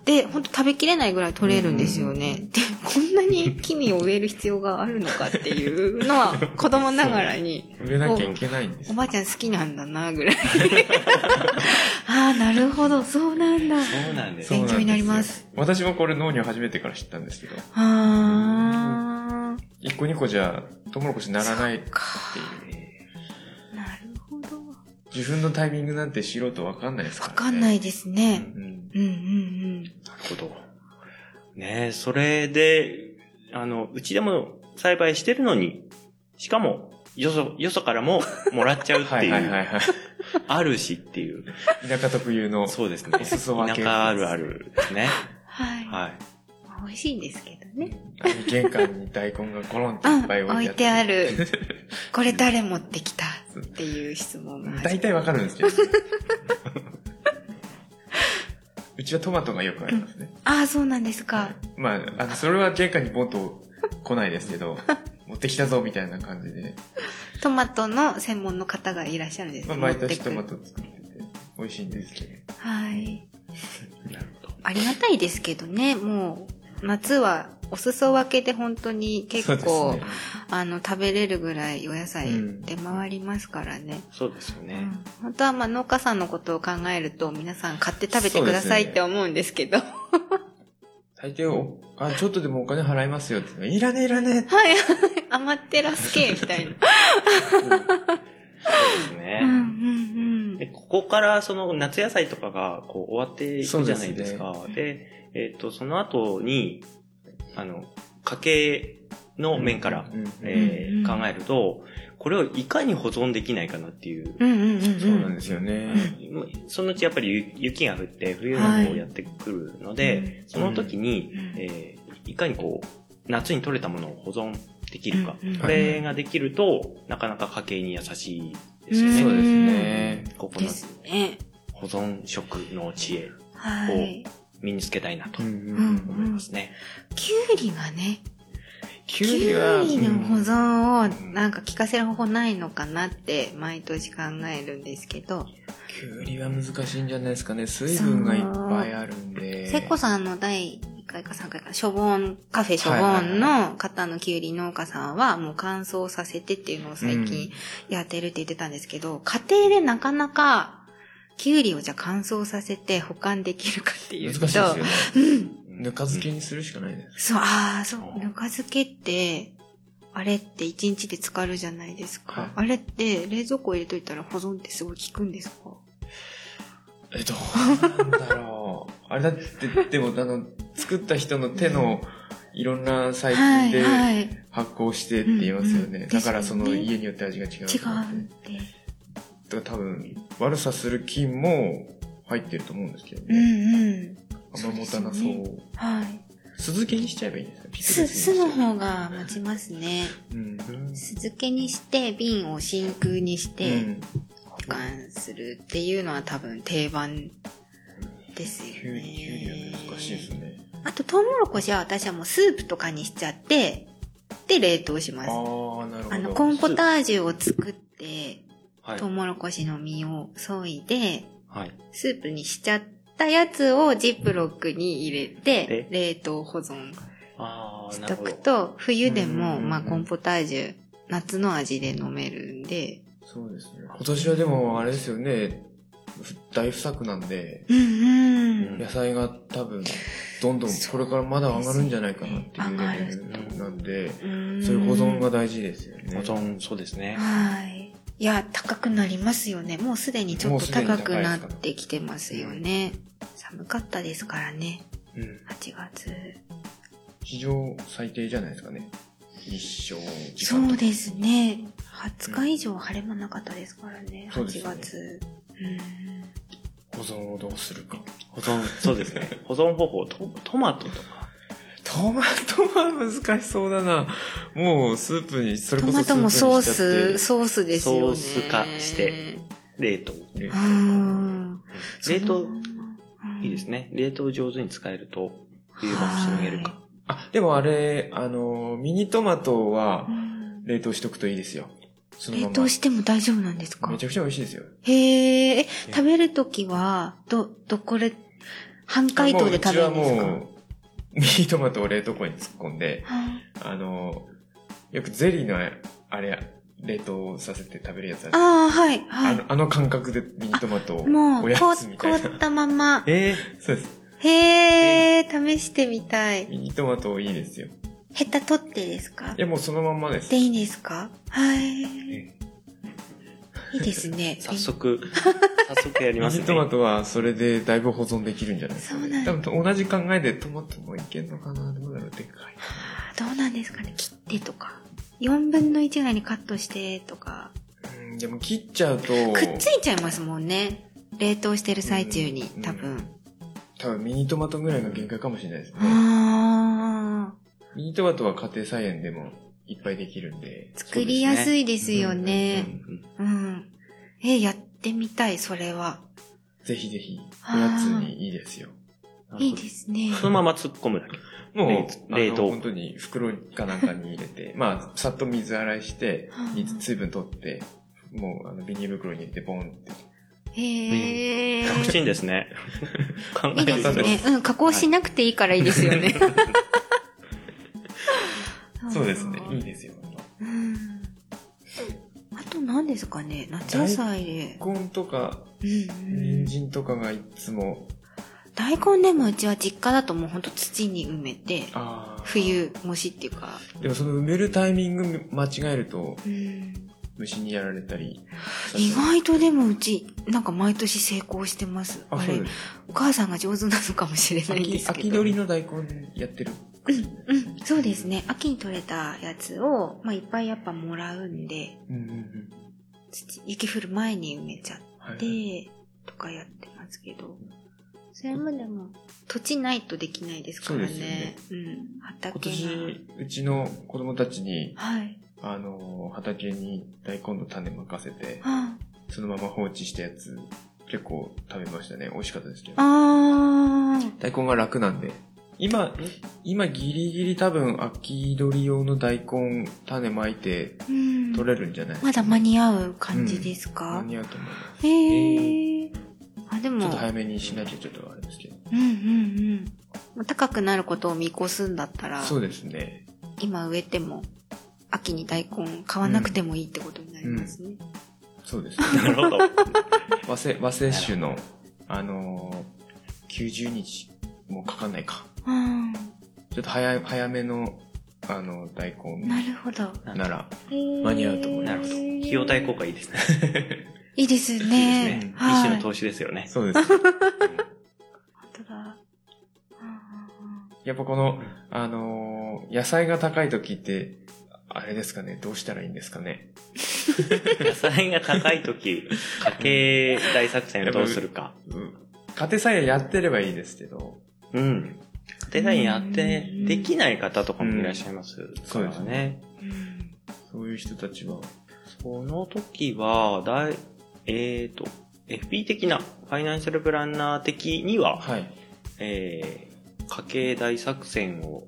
S2: で、ほんと食べきれないぐらい取れるんですよね。で、こんなに木に植える必要があるのかっていうの [LAUGHS] は、子供ながらに、
S1: 植えなきゃいけないんです
S2: お。ばあちゃん好きなんだな、ぐらい。ああ、なるほど、そうなんだ。
S6: そうなんです。
S2: 勉強になります。
S1: 私もこれ農業初めてから知ったんですけど、
S2: ああ、
S1: 一個二個じゃトウモロコシならないっていう。
S2: なるほど。わ
S1: 受粉のタイミングなんて素人わかんないですから、ね。。
S2: かんないいですね。
S1: うん。
S2: うんうん
S6: なるほど。ねえ、それで、あの、うちでも栽培してるのに、しかも、よそ、よそからももらっちゃうって、
S1: はいいはいはいうはい。
S6: あるしっていう。
S1: 田舎特有の。
S6: そうですね。
S1: お裾分け
S6: 田舎あるあるですね。
S2: うん。はい。
S6: はい。
S2: まあ美味しいんですけどね。
S1: 玄関に大根がゴロンって
S2: う
S1: い
S2: ん
S1: っぱい、置
S2: 置
S1: い
S2: い
S1: て
S2: て
S1: あ
S2: あ
S1: る。
S2: る。
S1: [LAUGHS]
S2: これ誰持ってきたっていう質問が
S1: 大
S2: 始
S1: 体わかるんですけ
S2: [LAUGHS]
S1: ど。うちはトマトがよくありますね。
S2: まる。ああ、そうなんですか。
S1: まあ、あの、それは玄関にボンと来ないですけど、持ってきたぞみたいな感じで、
S2: トマトの専門の方がいらっしゃるんです
S1: まあ、
S2: ね
S1: 毎
S2: 持って
S1: 年
S2: く
S1: トマト作ってて、美味しいんですけど。
S2: はい。
S6: なるほど。
S2: ありがたいですけどね、もう、夏はお裾分けで本当に結
S1: そう
S2: 構、
S1: ですね
S2: あの、食べれるぐらいお野菜
S1: うん
S2: 出回りますからね。
S6: そうですよ
S2: う
S6: ね。
S2: ん本当はまあ農家さんのことを考えると皆さん買って食べてくださいって思うんですけど。 [LAUGHS]
S1: 大抵おあ、ちょっとでもお金払いますよって言うの。いらねえいらね
S2: はい、余ってらすけみたいな。
S6: そうですね。
S2: うんうんう
S6: で
S2: ん。
S6: ここからその夏野菜とかがこう終わっていくじゃないですか。でえっ、と、その後に、あの、家計の
S1: え。
S6: 面から、
S1: うん
S6: えー
S2: うん
S6: 考えると、これをいかに保存できないかなっていう。
S2: うんうんうん。
S1: そうなんですよね。
S6: そのうちやっぱりゆ雪が降って冬の方やってくるので、
S2: はい
S6: その時に、
S2: うん
S6: えーいかにこう、夏に取れたものを保存できるか。
S2: うんうん
S6: これができると、なかなか家計に優しいですよね。
S1: そうです
S2: ね
S1: ね。
S6: ここ
S2: で
S6: の
S2: すね。
S6: 保存食の知恵
S2: はい。
S6: 身につけたいなと
S1: うん
S2: うん
S6: 思いますね。
S2: きゅうりがね、
S1: キ
S2: き
S1: ュウリ
S2: ゅ
S1: は、
S2: うりの保存
S6: う
S2: を
S6: ん
S2: なんか聞かせる方法ないのかなって毎年考えるんですけど、
S1: キュウリは難しいんじゃないですかね。水分がいっぱいあるんで。
S2: 聖子さんの第1回か3回か、処分、カフェ処
S1: はいは
S2: 分
S1: いは
S2: の方のきゅうり農家さんはもう乾燥させてっていうのを最近やってるって言ってたんですけど、家庭でなかなかきゅうりをじゃあ乾燥させて保管できるかっていう
S1: 難し
S2: と。
S1: いです
S2: [LAUGHS]
S1: よね。
S6: うん
S1: ぬか漬けにするしかないです。
S2: そう、ああ、そう
S6: う、ん
S2: ぬか漬けって、あれって一日で浸かるじゃないですか。
S1: はい
S2: あれって冷蔵庫入れといたら保存ってすごい効くんですか
S1: え、どう [LAUGHS] なんだろう。あれだって、でも、あの、作った人の手の、いろんな細菌
S2: はい、
S1: で
S2: はい。違
S1: 発酵してって言いますよ
S2: うんう
S1: ね。
S2: ん
S1: だから
S2: です
S1: そ
S2: よね
S1: の家によって味が違うとかって。
S2: うんで。
S1: だから多分、悪さする菌も入ってると思うんですけど
S2: う
S1: ね。
S2: んうん。
S1: あんま持たなそう
S2: そう。はい。
S1: 酢漬けにしちゃえばいいんですよ。ピクルス
S2: 酢、
S1: にしちゃ
S2: 酢
S1: えば
S2: の方が持ちますね。
S1: うん。
S2: 酢漬けにして、瓶を真空にし
S1: う
S2: て、
S1: ん
S2: 保管するっていうのは多分定番です
S1: キュ
S2: よ
S1: ウリ、
S2: ね。
S1: キュウリは難しいですね。
S2: あと、トウモロコシは私はもうスープとかにしちゃって、で、冷凍します。
S1: ああ、なるほど。
S2: あの、コーンポタージュを作って、
S6: はい
S2: トウ。モロコシの実を削いで、
S6: はい。
S2: スープにしちゃったやつをジップロックに入れて
S6: で、
S2: 冷凍保存
S6: ああ、
S2: し
S6: な
S2: と
S6: るほ
S2: く
S6: ど。
S2: と、冬でも、
S5: うん
S2: まあ、コーンポタージュ、夏の味で飲めるんで、
S5: そうですね。今年はでも、あれですよね、ふ大不作なんで、
S2: うんうん
S6: ん
S5: 野菜が多分、どんどんこれからまだ上がるんじゃないかなっていうレベルなんで、
S2: うん
S5: そういう保存が大事ですよね。
S6: 保存、そうですね。
S2: はい。いや、高くなりますよね。もうすでにちょっと高くなってきてますよね。寒かったですからね。
S6: うん。
S2: 8月。
S5: 史上最低じゃないですかね。日照時
S2: そ
S5: 間と
S2: う
S5: か。
S2: ですね。20日以上晴れもなかったですからね。
S5: そうです
S2: 8
S5: ね
S2: 月。うん
S5: 保存をどうするか。
S6: 保存、そうです
S1: [LAUGHS]
S6: ね。保存方法、トトマトとか。
S1: トマトは難しそうだな。もうスープに、それ
S2: ト
S1: こそ
S2: マトも
S1: ー
S2: ソー
S1: プに
S2: ス、
S1: しち
S2: ソースですよね。
S6: ソース化して。冷凍。
S2: うーん。。
S6: 冷凍、いいですすね。冷凍上手に使えると、冬場もしのげるか。
S1: ゃって。あ、でもあれ、あの、ミニトマトは
S2: うん
S1: 冷凍しとくといいですよ。その
S2: 冷
S1: ま
S2: 凍しても大丈夫なんです
S1: ま。
S2: か
S1: めちゃくちゃ美味しいですよ。
S2: へーえ、食べるときは、ど、どこで、半解凍で食べるんで
S1: もう
S2: す
S1: うちは
S2: か
S1: もう、ミニトマトを冷凍庫に突っ込んで、
S2: あ
S1: あの、よくゼリーのあれ、冷凍させて食べるやつある
S2: あー、はい、
S1: あ
S2: は
S1: のあの感覚でミニトマトを
S2: い。も
S1: お
S2: う、
S1: や
S2: こ
S1: つみ、た
S2: 凍
S1: いな。
S2: ったまま。
S6: ええ
S1: [LAUGHS] そうです。
S2: へえ、試してみたい。
S1: ミニトマトいいですよ。
S2: ヘタ取ってですか
S1: いや、もうそのまんまです
S2: で。いいんですかはい。いいですね。
S6: [LAUGHS] 早速、早速やり
S1: ミ
S6: ます
S1: ニ
S6: ね。
S1: トマトはそれでだいぶ保存できるんじゃないです
S2: そ
S1: か
S2: う
S1: ね。
S2: なん
S1: 多
S2: だ。
S1: 分同じ考えでトマトもいけんのかなどうだろうでかい。
S2: どうなんですかね切ってとか。4分の1ぐらいにカットしてとか。
S1: うん、でも切っちゃうと、
S2: くっついちゃいますもんね。冷凍してる最中に、多分。
S1: 多分ミニトマトぐらいが限界かもしれないですね。
S2: ああ。
S1: ミニトマトは家庭菜園でもいっぱいできるんで。
S2: 作りやすいですよね。
S6: うんうん
S2: うん。え、やってみたい、それは。
S1: ぜひぜひ、おやつにいいですよ。
S6: うん
S2: いいです
S6: [LAUGHS]
S2: ね。
S6: そのまま突っ込むだけ。
S1: もう、
S6: 冷
S1: 冷
S6: 凍
S1: 凍。本当に袋かなんかに入れて、まあ、さっと水洗いして
S2: うん、
S1: 水水分取って、もう、あの、ビニール袋に入れて、ボンって。
S2: へえ。
S6: 楽しいんですね。考
S2: いい
S6: え
S2: です
S6: ると。
S2: ね。うん、加工しなくていいからいいですよね。
S6: [LAUGHS]
S1: そうですね。いいですよ。
S2: うん。あと何ですかね夏野菜で。
S1: 大根とか、
S2: うんうん
S1: 人参とかがいつも、
S2: 大根でもうちは実家だともうほんと土に埋めて、
S1: あー。
S2: 冬、虫っていうか。
S1: でもその埋めるタイミング間違えると、
S2: うん
S1: 虫にやられたり。
S2: 意外とでもうち、なんか毎年成功してます。あ
S1: あ、そう
S2: れ
S1: で、す。
S2: お母さんが上手なのかもしれないんで
S1: 秋
S2: すけ
S1: 秋
S2: ど。
S1: 取りの大根やってる。
S2: うん、そうですね。秋に採れたやつを、まあ、いっぱいやっぱもらうんで、
S1: うんうんうん。
S2: 土雪降る前に埋めちゃっ
S1: はい。
S2: て、とかやってますけど、それもでも、土地ないとできないですから
S1: そう
S2: ね。うん、
S1: 今
S2: 畑が。
S1: 年、うちの子供たちに、
S2: はい。
S1: あの、畑に大根の種任せて、
S2: あ
S1: そのまま放置したやつ、結構食べましたね。美味しかったですけど。
S2: あー、
S1: 大根が楽なんで。今、今ギリギリ多分秋取り用の大根種まいて
S2: うん。
S1: 取れるんじゃない
S2: まだ間に合う感じですか、
S1: 間に合うと思います。
S2: へえ。あ、で
S1: ちょ
S2: も
S1: っと、早めにしなきゃちょっとあれですけど。
S2: うんうんうん。高くなることを見越すんだったら、
S1: そうですね。
S2: 今植えても、秋に大根買わなくてもいいってことになりますね。
S1: そうですね。 [LAUGHS]
S6: なるほど。
S1: 和製、和製種の、あのー、90日もかかんないか。
S2: うん。
S1: ちょっと早い、早めの、あの、大根
S2: なるほど。
S6: ほど
S1: なら、
S2: 間
S1: に合うと思います
S6: なるほど。費用対効果いいですね。
S2: いいですね。
S6: いいですね。
S2: はい
S6: 一種の投資ですよね。
S1: そうです。 [LAUGHS]
S2: 本当だ。うん
S1: やっぱこの、あのー野菜が高い時って、あれですかね、どうしたらいいんですかね。
S6: 野菜が高い時、家計大作戦をどうするか。
S1: うん家庭菜園やってればいいですけど、
S6: うん。デザインやって、できない方とかもいらっしゃいますか
S1: そうで
S6: ら
S1: す
S6: ね。
S2: うんうん
S1: そういう人たちは、
S6: この時は、だい、えーと、FP 的な、ファイナンシャルプランナー的には、
S1: はい、
S6: えー家計大作戦を、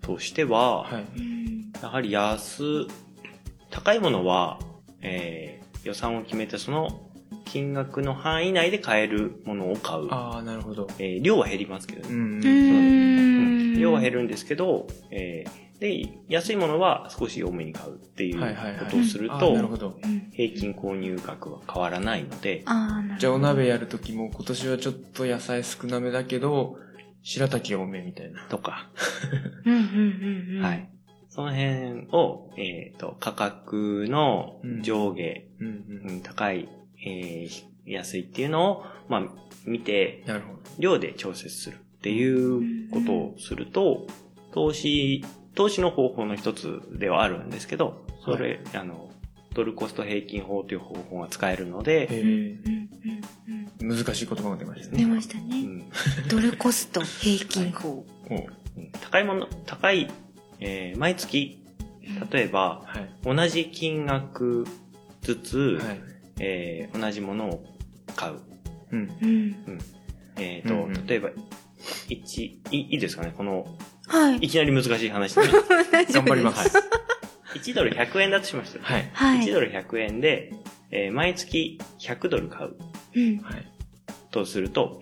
S6: としては、
S1: はい。
S2: うん
S6: やはり安、高いものは、えー予算を決めて、その金額の範囲内で買えるものを買う。
S1: ああ、なるほど。
S6: えー量は減りますけど
S1: う
S6: ね。
S1: んう
S2: う
S1: ん。
S2: ん。
S6: 量は減るんですけど、えーで、安いものは少し多めに買うっていう
S1: はいはいはい
S6: ことをする
S1: あ
S6: と、
S1: ーなるほど。
S2: うん。
S6: 平均購入額は変わらないので、
S2: ああ、な
S1: じ
S2: る
S1: ゃあ
S2: ほ
S1: お
S2: ど。
S1: 鍋やるときも今年はちょっと野菜少なめだけど、白滝多めみたいな。
S6: とか、
S2: うんうんうんうん。
S6: はい。。その辺を、えっ、と、価格の上下、
S1: うんう。
S6: うんん高い、えーひ安いっていうのを、まあ、見て、
S1: なるほど。
S6: 量で調節するっていうことをすると、投資、投資の方法の一つではあるんですけど、それ、あの、ドルコスト平均法という方法が使えるので、
S2: う
S1: え
S2: んうん
S1: ー、
S2: うんうん。
S1: 難しい言葉が出ました
S2: 出
S1: ね。
S2: ました
S6: う
S2: ね。
S6: ん
S2: ドルコスト平均法。
S1: お
S6: うん高いもの、高い、えー毎月、例えば、
S1: はい。
S6: 同じ金額ずつ、
S1: はい。
S6: えー同じものを買う。
S1: うん。
S2: うん。
S6: えっ、と、
S1: うんうん
S6: 例えば、1、いいいですかねこの、
S2: はい。
S6: いきなり難し
S1: [LAUGHS]
S6: い話に。
S2: 大
S1: 頑
S2: 丈
S1: 張
S2: 夫で
S1: り
S2: す。
S1: ます。
S6: 1ドル100円だとしました。
S1: はい。
S2: は
S6: 1
S2: い。
S6: ドル100円で、えー毎月100ドル買う
S2: うん。
S1: はい。
S6: とすると、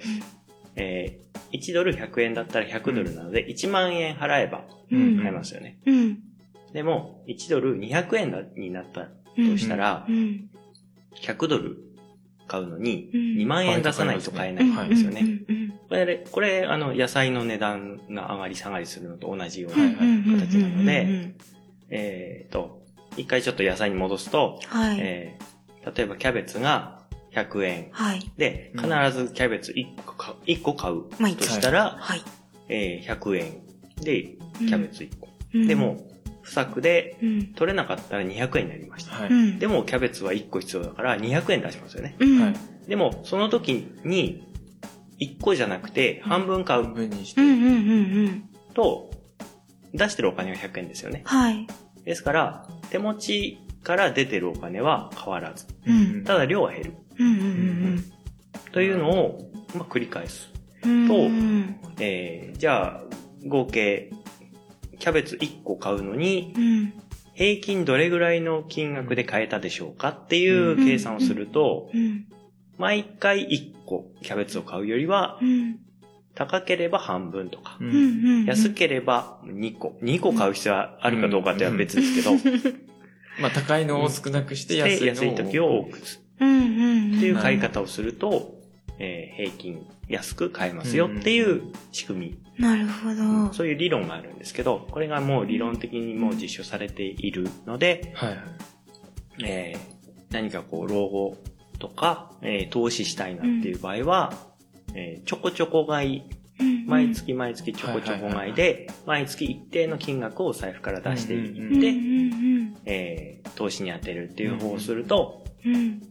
S6: えー1ドル100円だったら100ドルなので、1万円払えば
S2: う
S6: 買え
S2: ん。
S6: ますよね。
S2: うん。
S6: でも、1ドル200円だになった
S2: うん
S6: としたら
S2: う、ん。
S6: 100ドル買うのに、
S2: うん
S6: 2万円出さないと買えない
S1: は
S6: ん
S1: い
S6: ですよね。
S2: うん
S6: これ、これ、あの、野菜の値段が上がり下がりするのと同じよう
S2: うん
S6: な、
S2: うん。
S6: 形なので
S2: うんうんうんうん、
S6: えっ、と、一回ちょっと野菜に戻すと、
S2: はい。
S6: えー例えばキャベツが100円
S2: はい。
S6: で、必
S1: うん
S6: ずキャベツ1個買う一個買う
S2: まあいい
S6: と
S2: です
S6: したら、
S2: はい。
S6: えー100円で、キャベツ1個。
S2: うん
S6: で、も、不作で
S2: うん。
S6: 取れなかったら200円になりました。
S1: は
S2: う
S1: い。
S2: ん。
S6: でも、キャベツは1個必要だから200円出しますよね。
S2: うん、
S1: はい。
S6: でも、その時に、1個じゃなくて、半分買う
S1: 半分にし
S2: う
S1: て。
S2: んうんうんうん。
S6: と、出してるお金は100円ですよね。
S2: はい。
S6: ですから、手持ちから出てるお金は変わらず。
S2: うん
S6: ただ量は減る。
S2: うんうん
S6: というのを、まあ、繰り返す。
S2: うんうん。
S6: と
S2: うん
S6: えー、じゃあ、合計、キャベツ1個買うのに、
S2: うん
S6: 平均どれぐらいの金額で買えたでしょうかっていう計算をすると、
S2: うん
S6: 毎回1個キャベツを買うよりは
S2: う、ん
S6: 高ければ半分とか
S1: う、。
S2: うんんうん。
S6: 安ければ2個。2個買う必要はあるかどうかっては別です
S2: [LAUGHS]
S6: けど、
S1: まあ、高いのを少なくして安いのを。
S6: で安い時を多く
S2: うんうん。
S6: っていう買い方をすると、えー平均安く買えますよっていう仕組
S2: なるほ
S6: み、
S2: ど。
S6: そういう理論があるんですけど、これがもう理論的にもう実証されているので、
S1: はいはい。
S6: えー何かこう老後とか、えー投資したいなっていう場合は、えーちょこちょこ買い、
S2: うん
S6: 毎月毎月ちょこちょこ買いで、毎月一定の金額をお財布から出していって、
S2: うん
S6: えー投資に当てるっていう方をすると、
S2: うんうん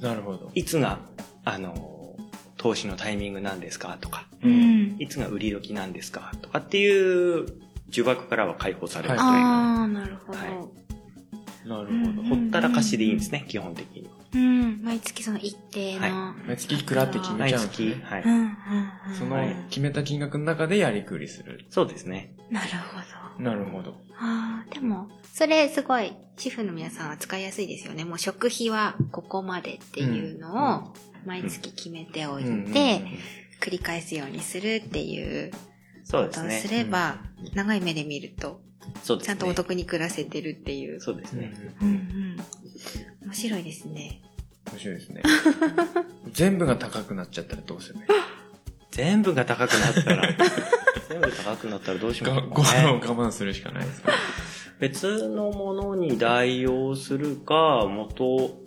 S1: なるほど。
S6: いつが、あの、投資のタイミングなんですかとか、
S2: うんうん。
S6: いつが売り時なんですかとかっていう呪縛からは解放されるという、
S2: ああ、なるほど。
S1: なる
S2: うん
S1: ほ
S6: ほったらかしでいいんですね、基本的に。
S2: うん。毎月その一定の。
S1: ど。毎月いくらって決め
S6: 毎
S1: ちゃうんです
S6: 月、
S1: ね。
S6: はい。
S2: うんうんうん。
S1: そ
S6: は
S1: の
S6: い
S1: 決めた金額の中でやりくりする。
S6: そうですね。
S2: なるほど。
S1: なるほど。
S2: ああ、でも、それすごい、主婦の皆さんは使いやすいですよね。もう食費はここまでっていうのを、毎月決めておい
S1: うんうんうん
S2: て、繰り返すようにするっていう
S6: そう
S2: こ
S6: で
S2: と
S6: す
S2: を
S6: ね
S2: す。れば、長い目で見ると、
S6: そうです
S2: ちゃん
S6: ね。
S2: とお得に暮らせてるっていう。
S6: そうですね。
S2: うんうん。面白いですね。
S1: 面白いですね。全部が高くなっちゃったらどうする
S6: 全部が高くなったら、 [LAUGHS] 全部高くなったらどうしま
S1: が
S6: す
S1: ご
S6: か
S1: 飯を
S6: ね。
S1: 我慢するしかないですね。
S6: 別のものに代用するか、元、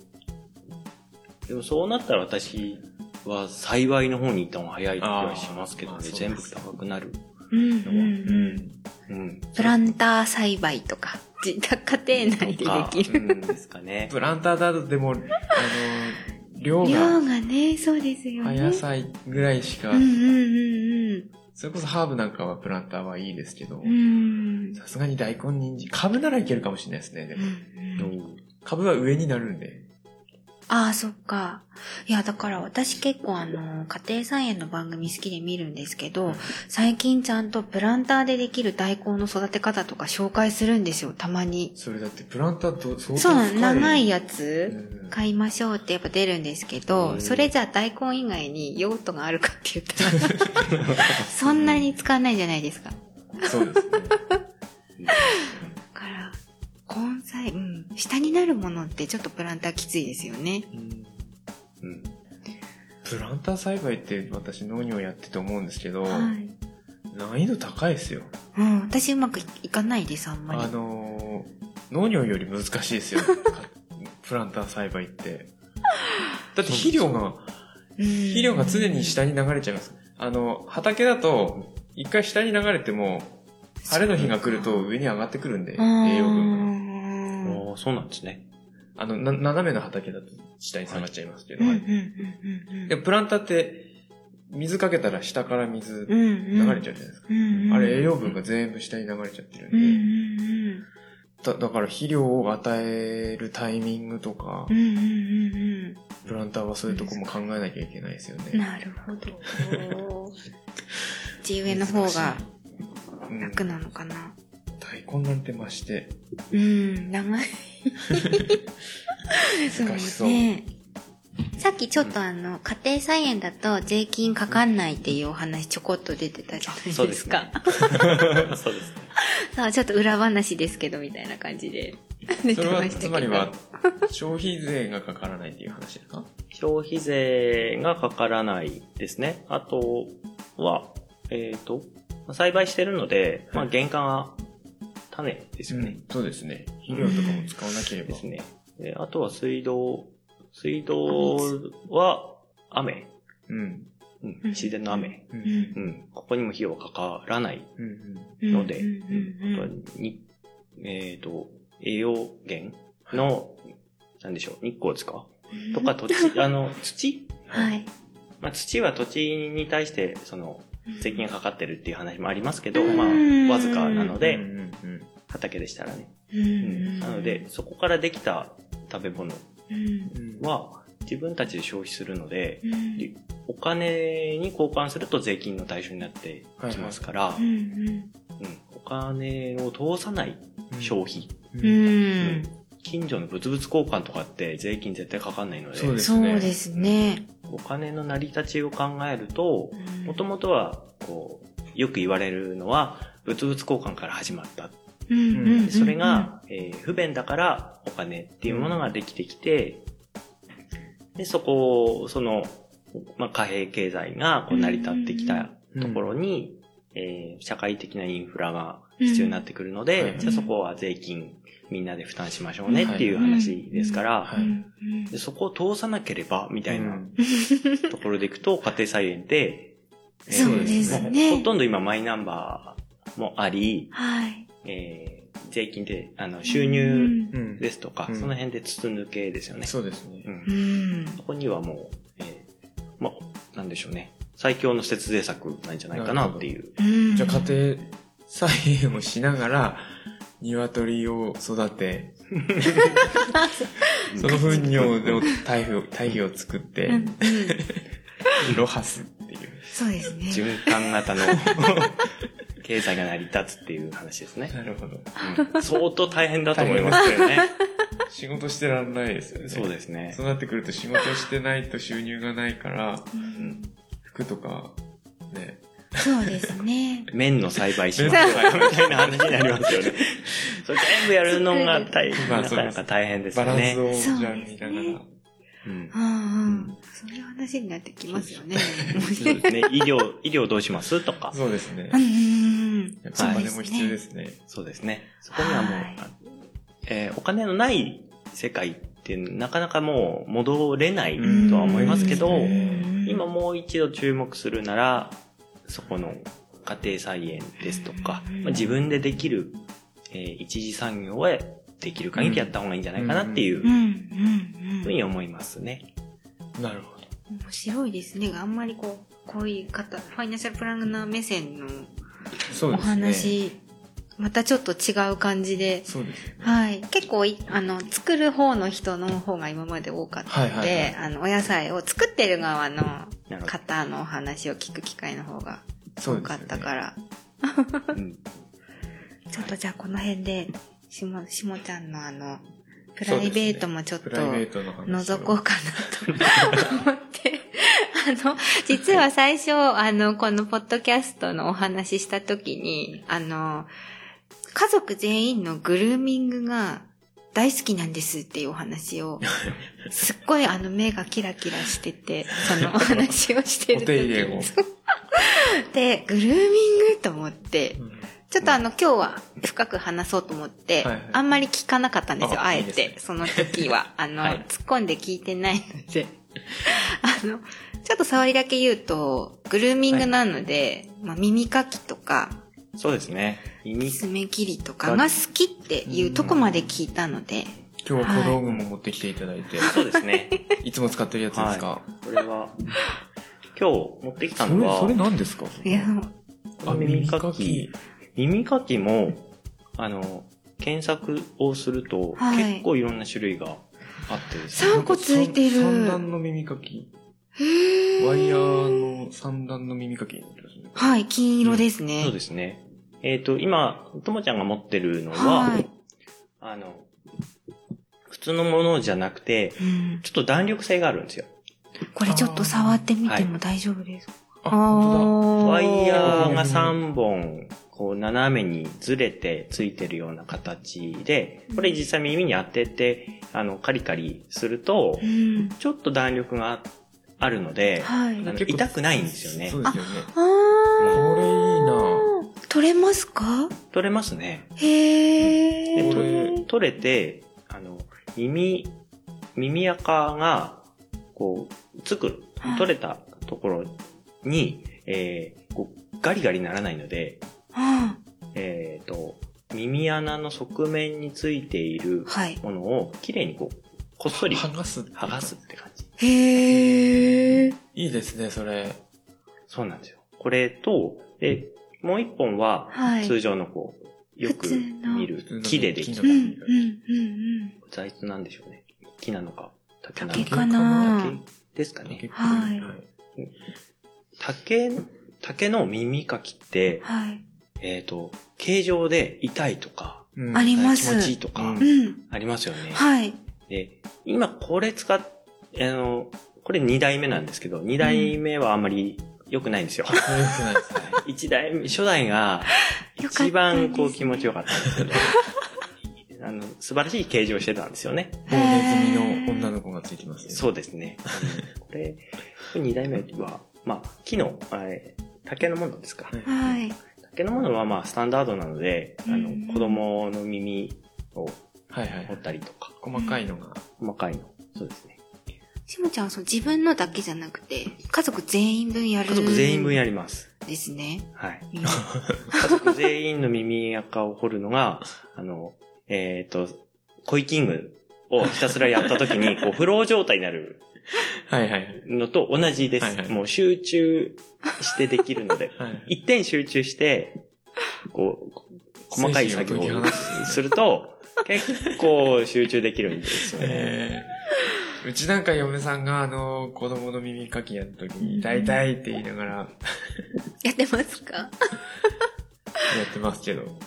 S6: でもそうなったら私は幸いの方に行った方が早い気はしますけど
S1: あー
S6: ね、
S1: まあ
S6: 全部高くなる。
S2: うんうん
S1: う
S2: うん。
S1: ん。
S6: うん。
S2: プランター栽培とか、自宅家庭内でできる。
S6: る。うんですか
S1: [LAUGHS]
S6: ね。
S1: プランターだとでも、あの、量
S2: 量
S1: が、
S2: がね、そうですよ
S1: あ
S2: ね。
S1: 野菜ぐらいしか
S2: うん、うん
S1: それこそハーブなんかはプランターはいいですけど
S2: うんうん。う、ん。
S1: さすがに大根、人参、株ならいけるかもしれないですね。で
S2: うん
S1: も
S2: うん
S6: うん
S1: 株は上になるんで。
S2: ああ、そっか。いや、だから私結構あの、家庭菜園の番組好きで見るんですけど、最近ちゃんとプランターでできる大根の育て方とか紹介するんですよ、たまに。
S1: それだってプランターと相当
S2: そうなの、長い
S1: や
S2: やつ買いましょうってやっぱ出るんですけ
S6: う
S2: ど、
S6: ん
S2: それじゃあ大根以外に用途があるかって言ったら、そんなに使わないじゃないですか。
S1: そうですね。
S2: だから、根菜、うん、下になるものってちょっとプランターきついですよね。
S6: うん。
S1: プランター栽培って私農業やってて思うんですけど、
S2: はい。
S1: 難易度高いですよ。
S2: うん、私うまくいいかないです、あんまり
S1: あ。のー農業より難しいです
S2: [LAUGHS]
S1: よ。プランター栽培って。だって肥料が、
S2: 肥
S1: 肥料が常に下に流れちゃいます。あの、畑だと、一回下に流れても、晴れの日が来ると上に上がってくるんで、栄養分が。
S6: あ
S2: 分
S6: ーそうなんですね。
S1: あの、な斜めの畑だと下に下がっちゃいますけど。で
S2: 流
S1: もプランターって、水かけたら下から水流れちゃうじゃないですか。
S2: ゃ
S1: あれ栄養分が全部下に流れちゃってるん
S2: う
S1: で、
S2: んうん
S1: だだから肥料を与えるタイミングとか
S2: うんうんう、んうんうん
S1: プランターはそういうとこも考えなきゃいけないですよ
S2: うん
S1: ね。
S2: なるほど地植えの方が
S1: うん、
S2: 楽なのかな
S1: 大根なんてまして、
S2: うん長い
S1: 難しそう。
S2: ねさっきちょっとあの家庭菜園だと税金かかんないっていうお話ちょこっと出てたじゃないですか
S6: そうですか。そうですね。
S2: [LAUGHS] そう、ちょっと裏話ですけど、みたいな感じで出
S1: そ
S2: て
S1: れ
S2: ま
S1: は
S2: したけ
S1: つ
S2: ど。
S1: まりは、消費税がかからないっていう話ですか
S6: 消費税がかからないですね。あとは、えっ、と、栽培してるので、まあ、原価が種ですよね。
S1: そうですね。肥料とかも使わなければ。
S6: ですね。であとは水道。水道は雨。
S1: うん。
S6: うん、自然の雨。
S1: うん。
S2: うん
S6: うん。ここにも費用がかからない
S1: うんうん。
S6: ので、
S2: うんうんう
S6: あとは
S2: ん
S6: に、えっ、と、栄養源の、なんでしょう、日光ですか
S2: うん
S6: とか、土
S2: [LAUGHS]
S6: 地、あの、土
S2: はい。
S6: まあ、土は土地に対して、その、税金がかかってるっていう話もありますけど、
S2: うん
S6: ま
S2: うん
S6: あ、わずかな
S1: う
S6: の
S1: んう
S6: で、
S1: んうん
S6: 畑でしたらね。
S2: うん
S6: うんなので、、そこからできた食べ物
S2: うん
S1: うん
S6: は、自分たちで消費するので
S2: う、ん
S6: でお金に交換すると税金の対象になってきますから、
S2: うんうん
S6: うんお金を通さない消費、
S2: う
S1: うん
S2: ん
S6: 近所の物々交換とかって税金絶対かかんないので、
S1: そうです
S2: そ
S1: ね
S2: うですね。
S6: お金の成り立ちを考えると
S2: う、ん
S6: もともとは、こう、よく言われるのは、物々交換から始まった。
S2: うんうんうん
S6: でそれが、えー不便だからお金っていうものができてきて、で、そこを、その、まあ、貨幣経済がこう成り立ってきたところに、えー社会的なインフラが必要になってくるので、
S1: うん
S6: じゃあそこは税金みんなで負担しましょうねっていう話ですから、
S1: は
S2: う
S1: い
S2: んうん
S6: でそこを通さなければみたいな
S1: うん
S6: ところでいくと、家庭菜園って、えー
S2: そうですね
S6: もうほとんど今マイナンバーもあり、
S2: はい。
S6: えー税金で、あの、収入
S1: うん
S6: ですとか、
S1: うん
S6: その辺で筒抜けですよね。
S1: そうですね
S6: う。。
S2: うんん。
S6: そこにはもう、えーまあ、なんでしょうね。最強の節税策なんじゃないかなっていう。
S2: うん
S1: じゃあ家庭菜園をしながら、鶏を育て、その糞尿の堆肥を堆肥を作って
S2: うんう、ん
S1: ロハスっていう。
S2: そうですね。
S6: 循環型
S1: [LAUGHS]
S6: の経済が成り立つっていう話ですね。
S1: なるほど。
S6: うん相当大変だと思いますけどね。
S1: 仕事してらんない [LAUGHS] ですよね。
S6: そうですね。
S1: そうなってくると仕事してないと収入がないから、
S2: うん
S1: 服とか、ね。
S2: そうですね。
S6: 麺の栽培しますとかみたいな話になりま
S1: [LAUGHS]
S6: すよね。それ全部やるのが大変、
S1: まあ
S6: な
S1: そ
S6: か
S1: うです
S6: なか大変です
S1: バ
S6: よ
S1: ラン
S6: ね
S1: ス。を
S2: そう
S1: じゃあ見ながら。
S6: うん
S2: うんうん。そういう話になってきますよね。
S6: そうですね。医療、医療どうしますとか。
S1: そうですね
S2: う。んうんうん。
S1: やっ
S6: ぱ
S1: ぱ
S6: お
S1: お
S6: 金
S1: 金も必要ですね。
S6: そうですね。そこにはもう、
S2: はい
S6: あえーお金のない世界ってなかなかもう戻れないとは思いますけど、
S1: うん
S6: 今もう一度注目するなら、そこの家庭菜園ですとか、
S2: うん
S6: まあ自分でできる、えー一次産業へできる限りやった方がいいんじゃないかなっていう
S2: うんう
S6: うんふ
S2: う
S6: うんに思いますね。
S1: なるほど。
S2: 面白いですねあんまりこうこういう方ファイナンシャルプランナー目線の
S1: そ
S2: お話、またちょっと違う感じで、
S1: そうですよね。
S2: はい。結構い、あの、作る方の人の方が今まで多かったので、
S1: はいはい
S2: あの、お野菜を作ってる側の
S6: なるほ
S2: 方のお話を聞く機会の方が
S1: そう
S2: 多
S1: です
S2: か
S1: よ
S2: っ
S1: ね
S2: たから、
S6: ど。うん
S2: ちょっとじゃあこの辺で、しも、しもちゃんのあの、プライベートもちょっと、
S1: プライベートの話を。
S2: 覗こうかなと思って。あの、実は最初、あの、このポッドキャストのお話しした時に、あの、家族全員のグルーミングが大好きなんですっていうお話を、すっごいあの目がキラキラしてて、そのお話をして
S1: お
S2: る時
S1: 手入れを。
S2: で、グルーミングと思って、ちょっとあの、今日は深く話そうと思って、
S1: はいはい
S2: あんまり聞かなかったんですよ、
S1: あ
S2: あえ
S1: いいです
S2: て。
S1: ね
S2: その
S1: [LAUGHS]
S2: 時は。あの、
S6: はい
S2: 突っ込んで聞いてないので。 [LAUGHS] あの、ちょっと触りだけ言うと、グルーミングなので、まあ、耳かきとか、
S6: そうですね。耳、
S2: 爪切りとかが好きっていうとこまで聞いたので、
S1: 今日は小道具も持ってきていただいて、
S6: そうですね。
S1: い、つも使ってるやつですか、
S6: これは、今日持ってきた
S1: そ
S6: の
S1: れ、それ
S6: は、
S1: 何ですか
S2: いや、
S1: あ、耳かき。
S6: 耳かきも、あの、検索をすると、
S2: はい
S6: 結構いろんな種類があってですね。
S2: 3個ついてる。
S1: 三段の耳かき。ワイヤーの三段の耳かきですね。
S2: はい、金色ですね。
S6: そうですね。えっ、と、今、ともちゃんが持ってるのは、
S2: はい。
S6: あの、普通のものじゃなくて、
S2: うん
S6: ちょっと弾力性があるんですよ。
S2: これちょっと触ってみても大丈夫ですか
S1: あ、
S2: あ
S1: 本
S2: ー
S6: ワイヤーが3本、こう斜めにずれてついてるような形で、これ実際耳に当てて、あの、カリカリすると
S2: う、ん。
S6: ちょっと弾力があるので、
S2: は
S6: あ
S2: い。
S6: の
S1: 結構
S6: 痛くないんですよ
S1: 当だ。
S6: ね
S1: そ。うですよね。
S2: あ
S1: これいいな
S2: ー。取れますか
S6: 取れますね。
S2: へ
S6: で
S2: え。
S1: こ
S6: と
S1: れ
S6: 取れて、あの、耳、耳垢が、こう、つく
S2: はい、
S6: 取れたところに、えーこうガリガリならないので、
S2: あ
S6: えっ、と、耳穴の側面についている
S2: ーはい。
S6: ものをきれいにこう、こっそり
S1: 剥がす。
S6: 剥がすって感じ。
S2: へえ。
S1: いいですね、それ。
S6: そうなんですよ。これと、で、もう一本は、
S2: はい。
S6: 通常のこう、よ
S2: 普
S6: く
S2: 通の
S6: 見
S1: 普通
S6: る
S1: の
S6: 木ででき
S1: 木
S6: た
S2: うん、
S1: の
S2: うん、うん、
S6: 材質なんでしょうね。木なのか、竹なの
S2: 竹
S6: か。
S2: かな
S6: 竹ですかね
S1: 結。構
S2: はい
S6: 竹、竹の耳かきって
S2: うん。、はい。
S6: えっ、と、形状で痛いとか、
S1: うん
S2: あります
S6: 気持ちいいとか
S1: う、
S2: うん。
S6: ありますよね。
S2: はい。
S6: で、今これ使っ、あの、これ2代目なんですけど、2代目はあんまり良くないんで
S2: [LAUGHS]
S6: すよ。
S1: これ良くないですね。
S6: 一代目、初代が
S2: よかったですね
S6: 一番こう気持ちよかったんですけど、あの、素晴らしい形状してたんですよね。
S1: もうネズミの女の子がついてますね。
S6: そうですね。これ、二代目は、まあ、木の、えー竹のものですか。
S2: はい。
S6: 竹のものはまあ、スタンダードなので、あ
S2: うん
S6: の、子供の耳を
S1: はいは
S6: 折っ
S1: い。
S6: たりとか、
S1: 細かいのが。
S6: 細かいの。そうですね。
S2: しもちゃんはそう自分のだけじゃなくて、家族全員分やる。
S6: 家族全員分や
S2: る。
S6: ります。
S2: ですね。
S6: はい。
S2: うん
S6: 家族全員の耳垢を掘るの [LAUGHS] が、あの、えっ、と、コイキングをひたすらやった時に、こ [LAUGHS] う、フロー状態になる
S1: はいはい。
S6: のと同じです。
S1: はいはい
S6: もう集中してできるので、 [LAUGHS]
S1: はい。
S6: 一点集中して、こう、細かい作業
S1: 精神を解き放
S6: をすると、結構集中できるんですよね。
S1: えーうちなんか嫁さんがあの、子供の耳かきやった時に、痛い痛いって言いながらや
S2: やってます
S6: [LAUGHS]
S2: か
S1: ってますけど。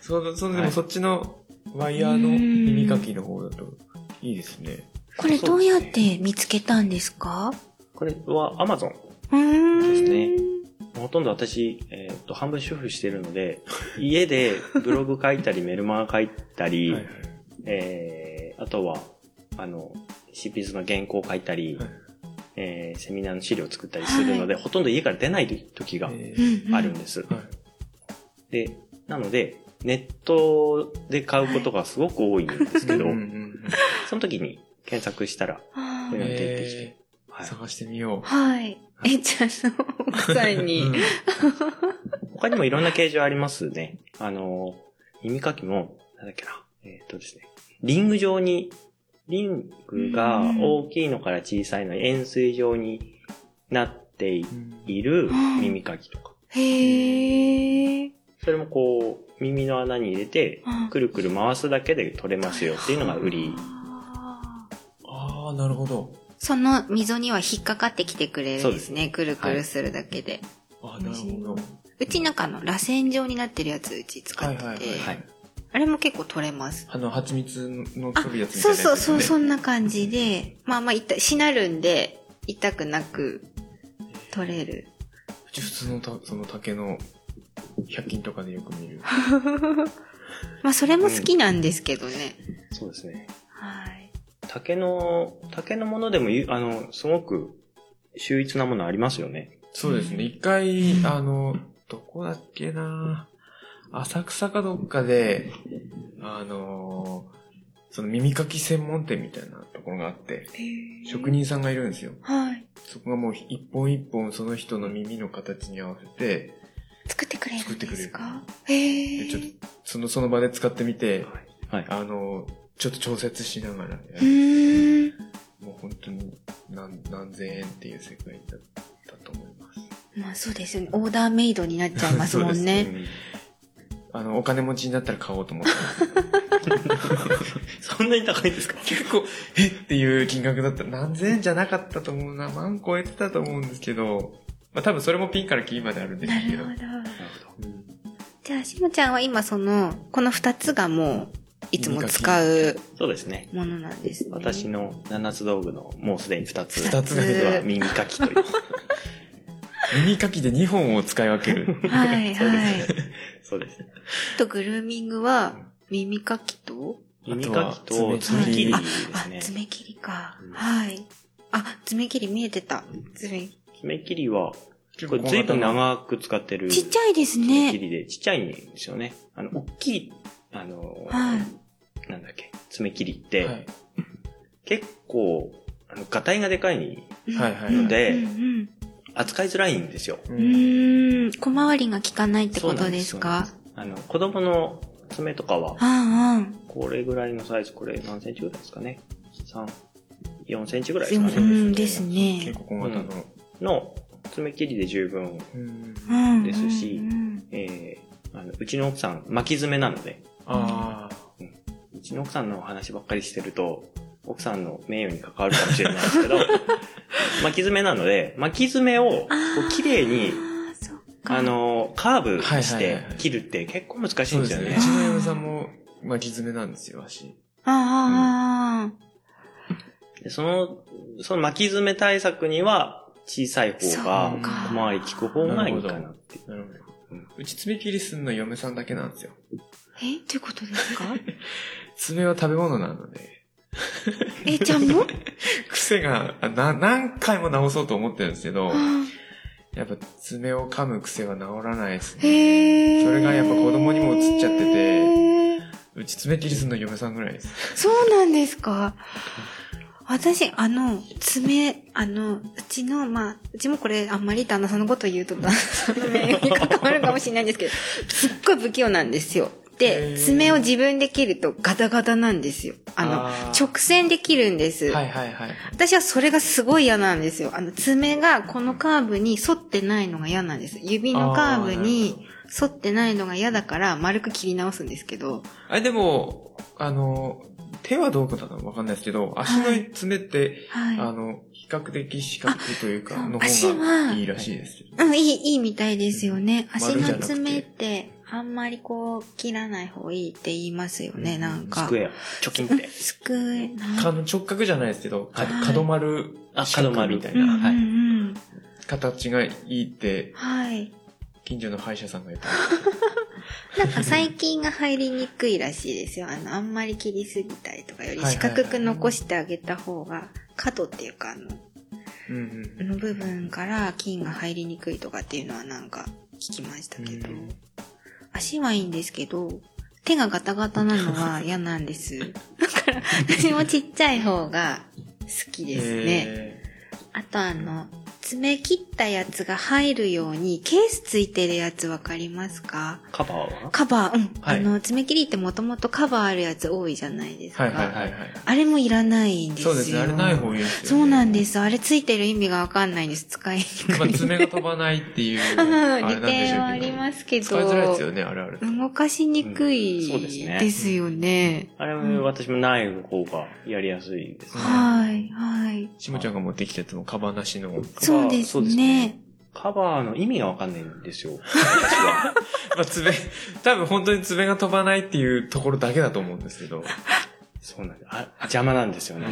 S1: そ、そ、で
S6: は
S1: も
S6: い
S1: そっちのワイヤーの耳かきの方だと、いいですね。
S2: これどうやって見つけたんですか
S6: これは Amazon。
S2: うーん。
S6: ですねほとんど私、えっ、と、半分主婦してる
S1: [LAUGHS]
S6: ので、家でブログ書いたり、メルマガ書いたり、
S1: はいはい
S6: えーあとは、あの、執筆の原稿を書いたり、
S1: はい
S6: えーセミナーの資料を作ったりするので、ほとんど家から出ない時が
S1: え
S2: う
S1: ー
S2: ん、うん。
S6: あるんです。
S1: はい
S6: で、なので、ネットで買うことがすごく多いんですけど、
S1: うんうんうん
S6: その時に検索したら、
S2: あー
S6: うん
S1: え
S6: は
S1: ー
S6: い、
S1: 探してみよ
S2: はい。え、じゃあ、その、奥さん
S1: う。
S2: に。
S6: 他にもいろんな形状ありますね。あの、耳かきも、なんだっけな、えーっとですね、リング状に、リングが大きいのから小さいのに円錐状になってい
S1: うん
S6: いる耳かきとか。
S2: へえ。
S6: それもこう、耳の穴に入れて、くるくる回すだけで取れますよっていうのが売り。
S2: あー
S1: ああ、なるほど。
S2: その溝には引っかかってきてくれるんですね。くるく
S6: は
S2: る
S6: い
S2: するだけで。
S1: あーなるほど。
S2: うちなんかあの、螺旋状になってるやつうち使
S1: は
S2: っ
S1: い
S2: てて、
S1: はいはい。
S6: はい
S2: あれも結構取れます。
S1: あの、蜂蜜の
S2: あ
S1: 取るや、つみた
S2: そ
S1: いうな
S2: そうそう、そ
S1: うん
S2: な感じで、まあまあ痛い、しなるんで、痛くなく取れ
S1: [LAUGHS]
S2: る。
S1: うち普通のた、その竹の、100均とかでよく見る。
S2: まあそれも好きなんですけどね。
S6: そうですね。
S2: はい。
S6: 竹の、竹のものでもゆ、あの、すごく秀逸なものありますよね。
S1: そうですね。一回、あの、どこだっけな浅草かどっかで、あの、その耳かき専門店みたいなところがあって、職人さんがいるんですよ。
S2: はい。
S1: そこがもう一本一本その人の耳の形に合わせて、
S2: 作ってくれる
S1: 作
S2: ん
S1: ってく
S2: で
S1: れ
S2: す
S1: る
S2: か
S1: で
S2: へえ。
S1: ちょっとその、その場で使ってみて、
S6: はい。
S1: あの、ちょっと調節しながら、
S2: うーん。
S1: もう本当に何何千円っていう世界だったと思います。
S2: まあそうですよね。オーダーメイドになっちゃいますもん
S1: え [LAUGHS]
S2: ね。
S6: うん
S1: あの、お金持ちになったら買おうと思ってます。 [LAUGHS]
S6: そんなに高いんですか
S1: 結構、えっていう金額だったら何千円じゃなかったと思うな。万超えてたと思うんですけど、まあ多分それもピンからキーまであるんで
S2: な
S1: すけ
S2: る
S1: ど
S2: ほ。ど。
S1: うん
S2: じゃあ、しもちゃんは今その、この二つがもう、いつも使う
S6: そうですね。
S2: ものなんですね。
S6: 私の七つ道具のもうすでに二つ。
S1: 二つ
S6: は耳かきと
S2: [LAUGHS]
S6: いう。
S1: 耳かきで2本を使い分け [LAUGHS] る。
S2: はい
S6: そう
S2: は
S6: で
S2: い。
S6: すね。そうです。
S2: と、グルーミングは、耳かきと、
S6: 耳かき
S1: あと
S6: と
S1: は
S6: 爪切りで
S2: あ、あ
S6: すね。
S2: 爪切りか
S6: う。ん
S2: はい。あ、爪切り見えてた。爪
S6: 爪切りは、
S1: 結
S6: これ随分長く使ってる。
S2: ちっちゃいです
S6: 爪
S2: ね。
S6: 切りで、ちっちゃいんですよね。あの、大きい、あの、
S2: は
S6: なんだっけ、爪切りって、
S1: はい
S6: 結構、あの、ガタイがでかい
S2: うん
S1: はいはい
S6: ので、
S2: うんうん
S6: 扱いづらいんですよ。
S1: う
S2: うんーん。小回りが効かないってことですか
S6: あの、子供の爪とかは、
S2: ああ、
S6: これぐらいのサイズ、これ何センチぐらいですかね。3、4センチぐらいです
S2: うん
S6: か
S2: う
S6: ね。
S2: んですね
S1: 結。構小型の。
S6: の爪切りで十分、
S1: うん
S2: うん
S6: ですし
S2: うんうん
S6: えー、あの、うちの奥さん、巻き爪なので、
S1: あ
S6: うちの奥さんのお話ばっかりしてると、奥さんの名誉に関わるかもしれないですけど、 [LAUGHS] 巻き爪なので、巻き爪をこう綺麗に、
S2: ああ、そっか。
S6: あの、カーブし
S1: はいは
S6: て
S1: いはい
S6: 切るって結構難
S1: あ。
S6: しい
S1: そ
S6: ん
S1: う
S6: で
S1: ですす
S6: よ
S1: ね。う。ち
S6: ね
S1: の嫁さんも巻き爪なんですよ、足。
S2: ああ、
S6: でその、その巻き爪対策には、小さい
S2: そう
S6: 方が、
S2: か
S6: 小回り利く方がいいかなって。
S1: なるほど。うち爪切りすんの嫁さんだけなんですよ。
S2: えっていうことです
S1: [LAUGHS]
S2: か
S1: 爪は食べ物なので、 [LAUGHS]
S2: えちゃんも
S1: 癖が、あな、何回も直そうと思ってるんですけど、やっぱ爪を噛む癖は治らないですね。
S2: へえ。
S1: それがやっぱ子供にも移っちゃってて
S2: へー
S1: うち爪切りすんの嫁さんぐらいです。
S2: そうなんですか私、あの、爪、あの、うちの、まあ、うちもこれ、あんまり旦那さんのこと言うと、旦那さんの名誉に関わるかもしれないんですけど、すっごい不器用なんですよ。
S1: へ
S2: で、
S1: ー
S2: 爪を自分で切るとガタガタなんですよ。あの、
S1: あー
S2: 直線で切るんです。
S1: はいはいはい。
S2: 私はそれがすごい嫌なんですよ。あの、爪がこのカーブに沿ってないのが嫌なんです。指のカーブに沿ってないのが嫌だから丸く切り直すんですけど。
S1: あ、でも、あの、手はどうかだかわかんないですけど、足の爪って、あ
S2: は
S1: の、比較的四角という
S2: あ
S1: か、の
S2: 足
S1: 方
S2: は
S1: がいいらしいです。
S2: い。うん、いい、いいみたいですよね。
S1: うん
S2: 足
S1: 丸じゃ
S2: の
S1: なくて
S2: 爪ってあんまりこう切らない方がいいって言いますよね、
S1: うん
S2: なんか。
S6: 机、チョキンって。
S2: すくえ、なん
S1: かの直角じゃないですけど、か
S2: はい
S1: 角丸、
S6: [LAUGHS] あ角丸
S1: 四角みたい
S2: うんう
S1: な、
S2: んうん
S1: 形がいいって、
S2: はい。
S1: 近所の歯医者さんが言って
S2: なんか細菌が入りにくいらしいですよ。あの、あんまり切りすぎたりとかより
S1: はいはい
S2: 四
S1: はい
S2: 角く残してあげた方が、角っていうか、あの、
S1: うん
S2: あの部分から菌が入りにくいとかっていうのはなんか聞きました
S1: うんう
S2: けど、
S1: ん。
S2: 足はいいんですけど、手がガタガタなの
S1: [LAUGHS]
S2: は嫌なんです。だから、私もちっちゃい方が好きですね。
S1: え
S2: あとあの、爪切ったやつが入るように、ケースついてるやつわかりますか
S6: カバーは
S2: カバー、うん。
S6: はい
S2: あの、爪切りってもともとカバーあるやつ多いじゃないですか。
S1: はいはいはいはい。
S2: あれもいらないんですよ。
S1: そうですね、あれない方がいいですよ、ね。。
S2: そうなんですす。あれついてる意味がわかんないんです。使いにくい。
S1: まあ、爪が飛ばないっていう、
S2: [LAUGHS]
S1: あれなんでしょう
S2: 利
S1: け
S2: 点
S1: ど。
S2: はありますけど。
S1: 使いづらいですよね、あれあれ。
S2: 動かしにく
S6: うんそう
S2: い
S6: ですね
S2: ですよね。
S6: あれは私もない方がやりやすいですね。
S2: はい、はい。
S1: しもちゃんが持ってきたやつもカバなしの。
S2: そうです
S6: そうです
S2: ね
S6: ね。カバーの意味がわかんないんですよ。私 [LAUGHS] は。
S1: まあ、爪、多分本当に爪が飛ばないっていうところだけだと思うんですけど。
S6: そうなんです。あ、邪魔なんですよね。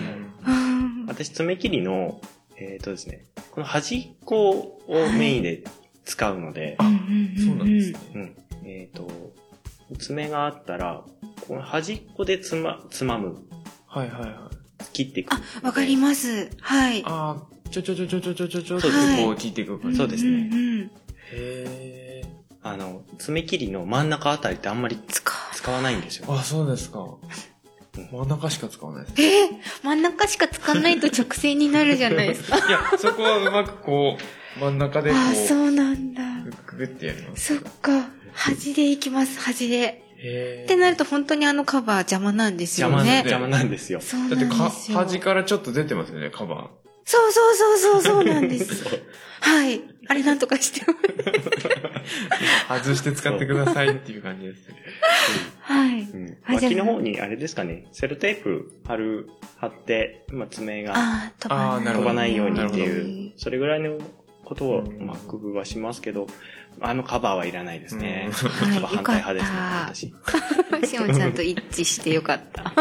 S2: うん
S6: 私、爪切りの、えっ、とですね、この端っこをメインで使うので、
S1: そうなんですね。
S6: うん。えっ、と、爪があったら、この端っこでつま、つまむ、
S1: はいはいはい。
S6: 切っていく。
S2: わかります。はい。
S1: ああ、ちょちょちょちょちょちょちょちょって
S6: そうです
S2: ね
S1: こう聞いていく感じ。
S6: そうですね
S2: んうんうん
S1: へえ。
S6: あの、爪切りの真ん中あたりってあんまり
S2: 使
S6: 使わないんですよ。
S1: あ、そうですか。真ん中しか使わないです
S2: う。。えー真ん中しか使わないと直線になるじゃな
S1: [LAUGHS]
S2: いですか。
S1: いや、そこはうまくこう、真ん中でこ
S2: ああ、
S1: う、
S2: そうなんだ。
S1: くぐってやります。
S2: そっか。端で行きます、端で。
S1: へ
S2: って
S1: え。
S2: なると本当にあのカバー邪魔なんですよ
S6: 邪魔、
S2: ね。
S6: 邪魔なんですよ。
S2: そうな
S1: だ
S2: ん
S1: ってか、
S2: ですよ。
S1: 端からちょっと出てますよね、カバ
S2: そうそうそうそうそうな
S1: [LAUGHS]
S2: んです。はい。あれなんとかして。
S1: ー。外して使ってくださいっていう感じですね。
S2: はい。
S6: うん。
S2: あじゃあ
S6: 脇の方に、あれですかね、セロテープ貼る、貼って、まあ、爪が
S2: ああ、飛ば
S1: あー
S2: ない。
S1: なる
S6: 飛
S1: ほど
S6: ばないようにって
S2: なるほ
S6: いう、それぐらいのことを、
S1: うん
S6: まあ、工夫はしますけど、あのカバーはいらないですね。
S1: うん
S6: ちょっと
S2: はい
S6: 反対派ですね、
S2: よ
S6: 私。
S2: しおんちゃんと一致してよか [LAUGHS] った。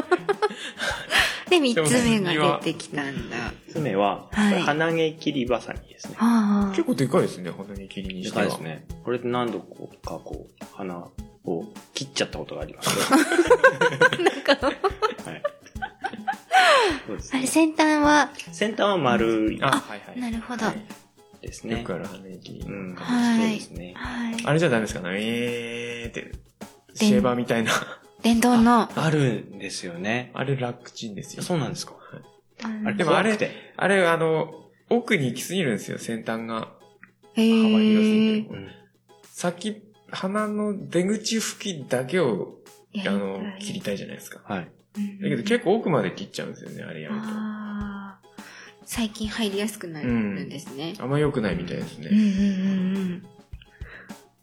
S2: で、三つ目が出てきたんだ。
S6: 爪は、
S2: はい
S6: これ鼻毛切りバサミですね。
S2: あ
S1: [LAUGHS] 結
S2: あ。
S1: 構でかいですね、本当に切りに
S6: で
S1: して
S6: か
S1: は。
S6: いですね。これで何度かこう、鼻を切っちゃったことがありますね。はい。そうです
S2: あれ、
S6: ね。
S2: 先端は、
S6: 先端は丸い
S1: あ、はいはい。
S2: なるほど。は
S6: です
S1: よ
S6: ね
S1: く。ある鼻息。
S6: うん。
S2: はい
S6: そうですね。
S2: い。
S1: あれじゃダメですかね。えーって、シェーバーみたいな。 [LAUGHS]
S2: 電動の。
S6: あるんですよね。
S1: あれ楽ちんですよ。
S6: そうなんですか。
S2: あ
S1: でもあれ
S6: 怖くて
S1: あれ、あの、奥に行き過ぎるんですよ、先端が。
S2: へ
S1: 幅広す
S2: え
S1: ぎて。先、鼻の出口付近だけを、あの、切りたいじゃないですか。
S6: はい。
S2: うん
S1: だけど結構奥まで切っちゃうんですよね、あれやる
S2: ああ。最近入りやすくなるんですね。
S1: と。あんま良くないみたいです
S2: うんう
S1: ね。
S2: んうんうん。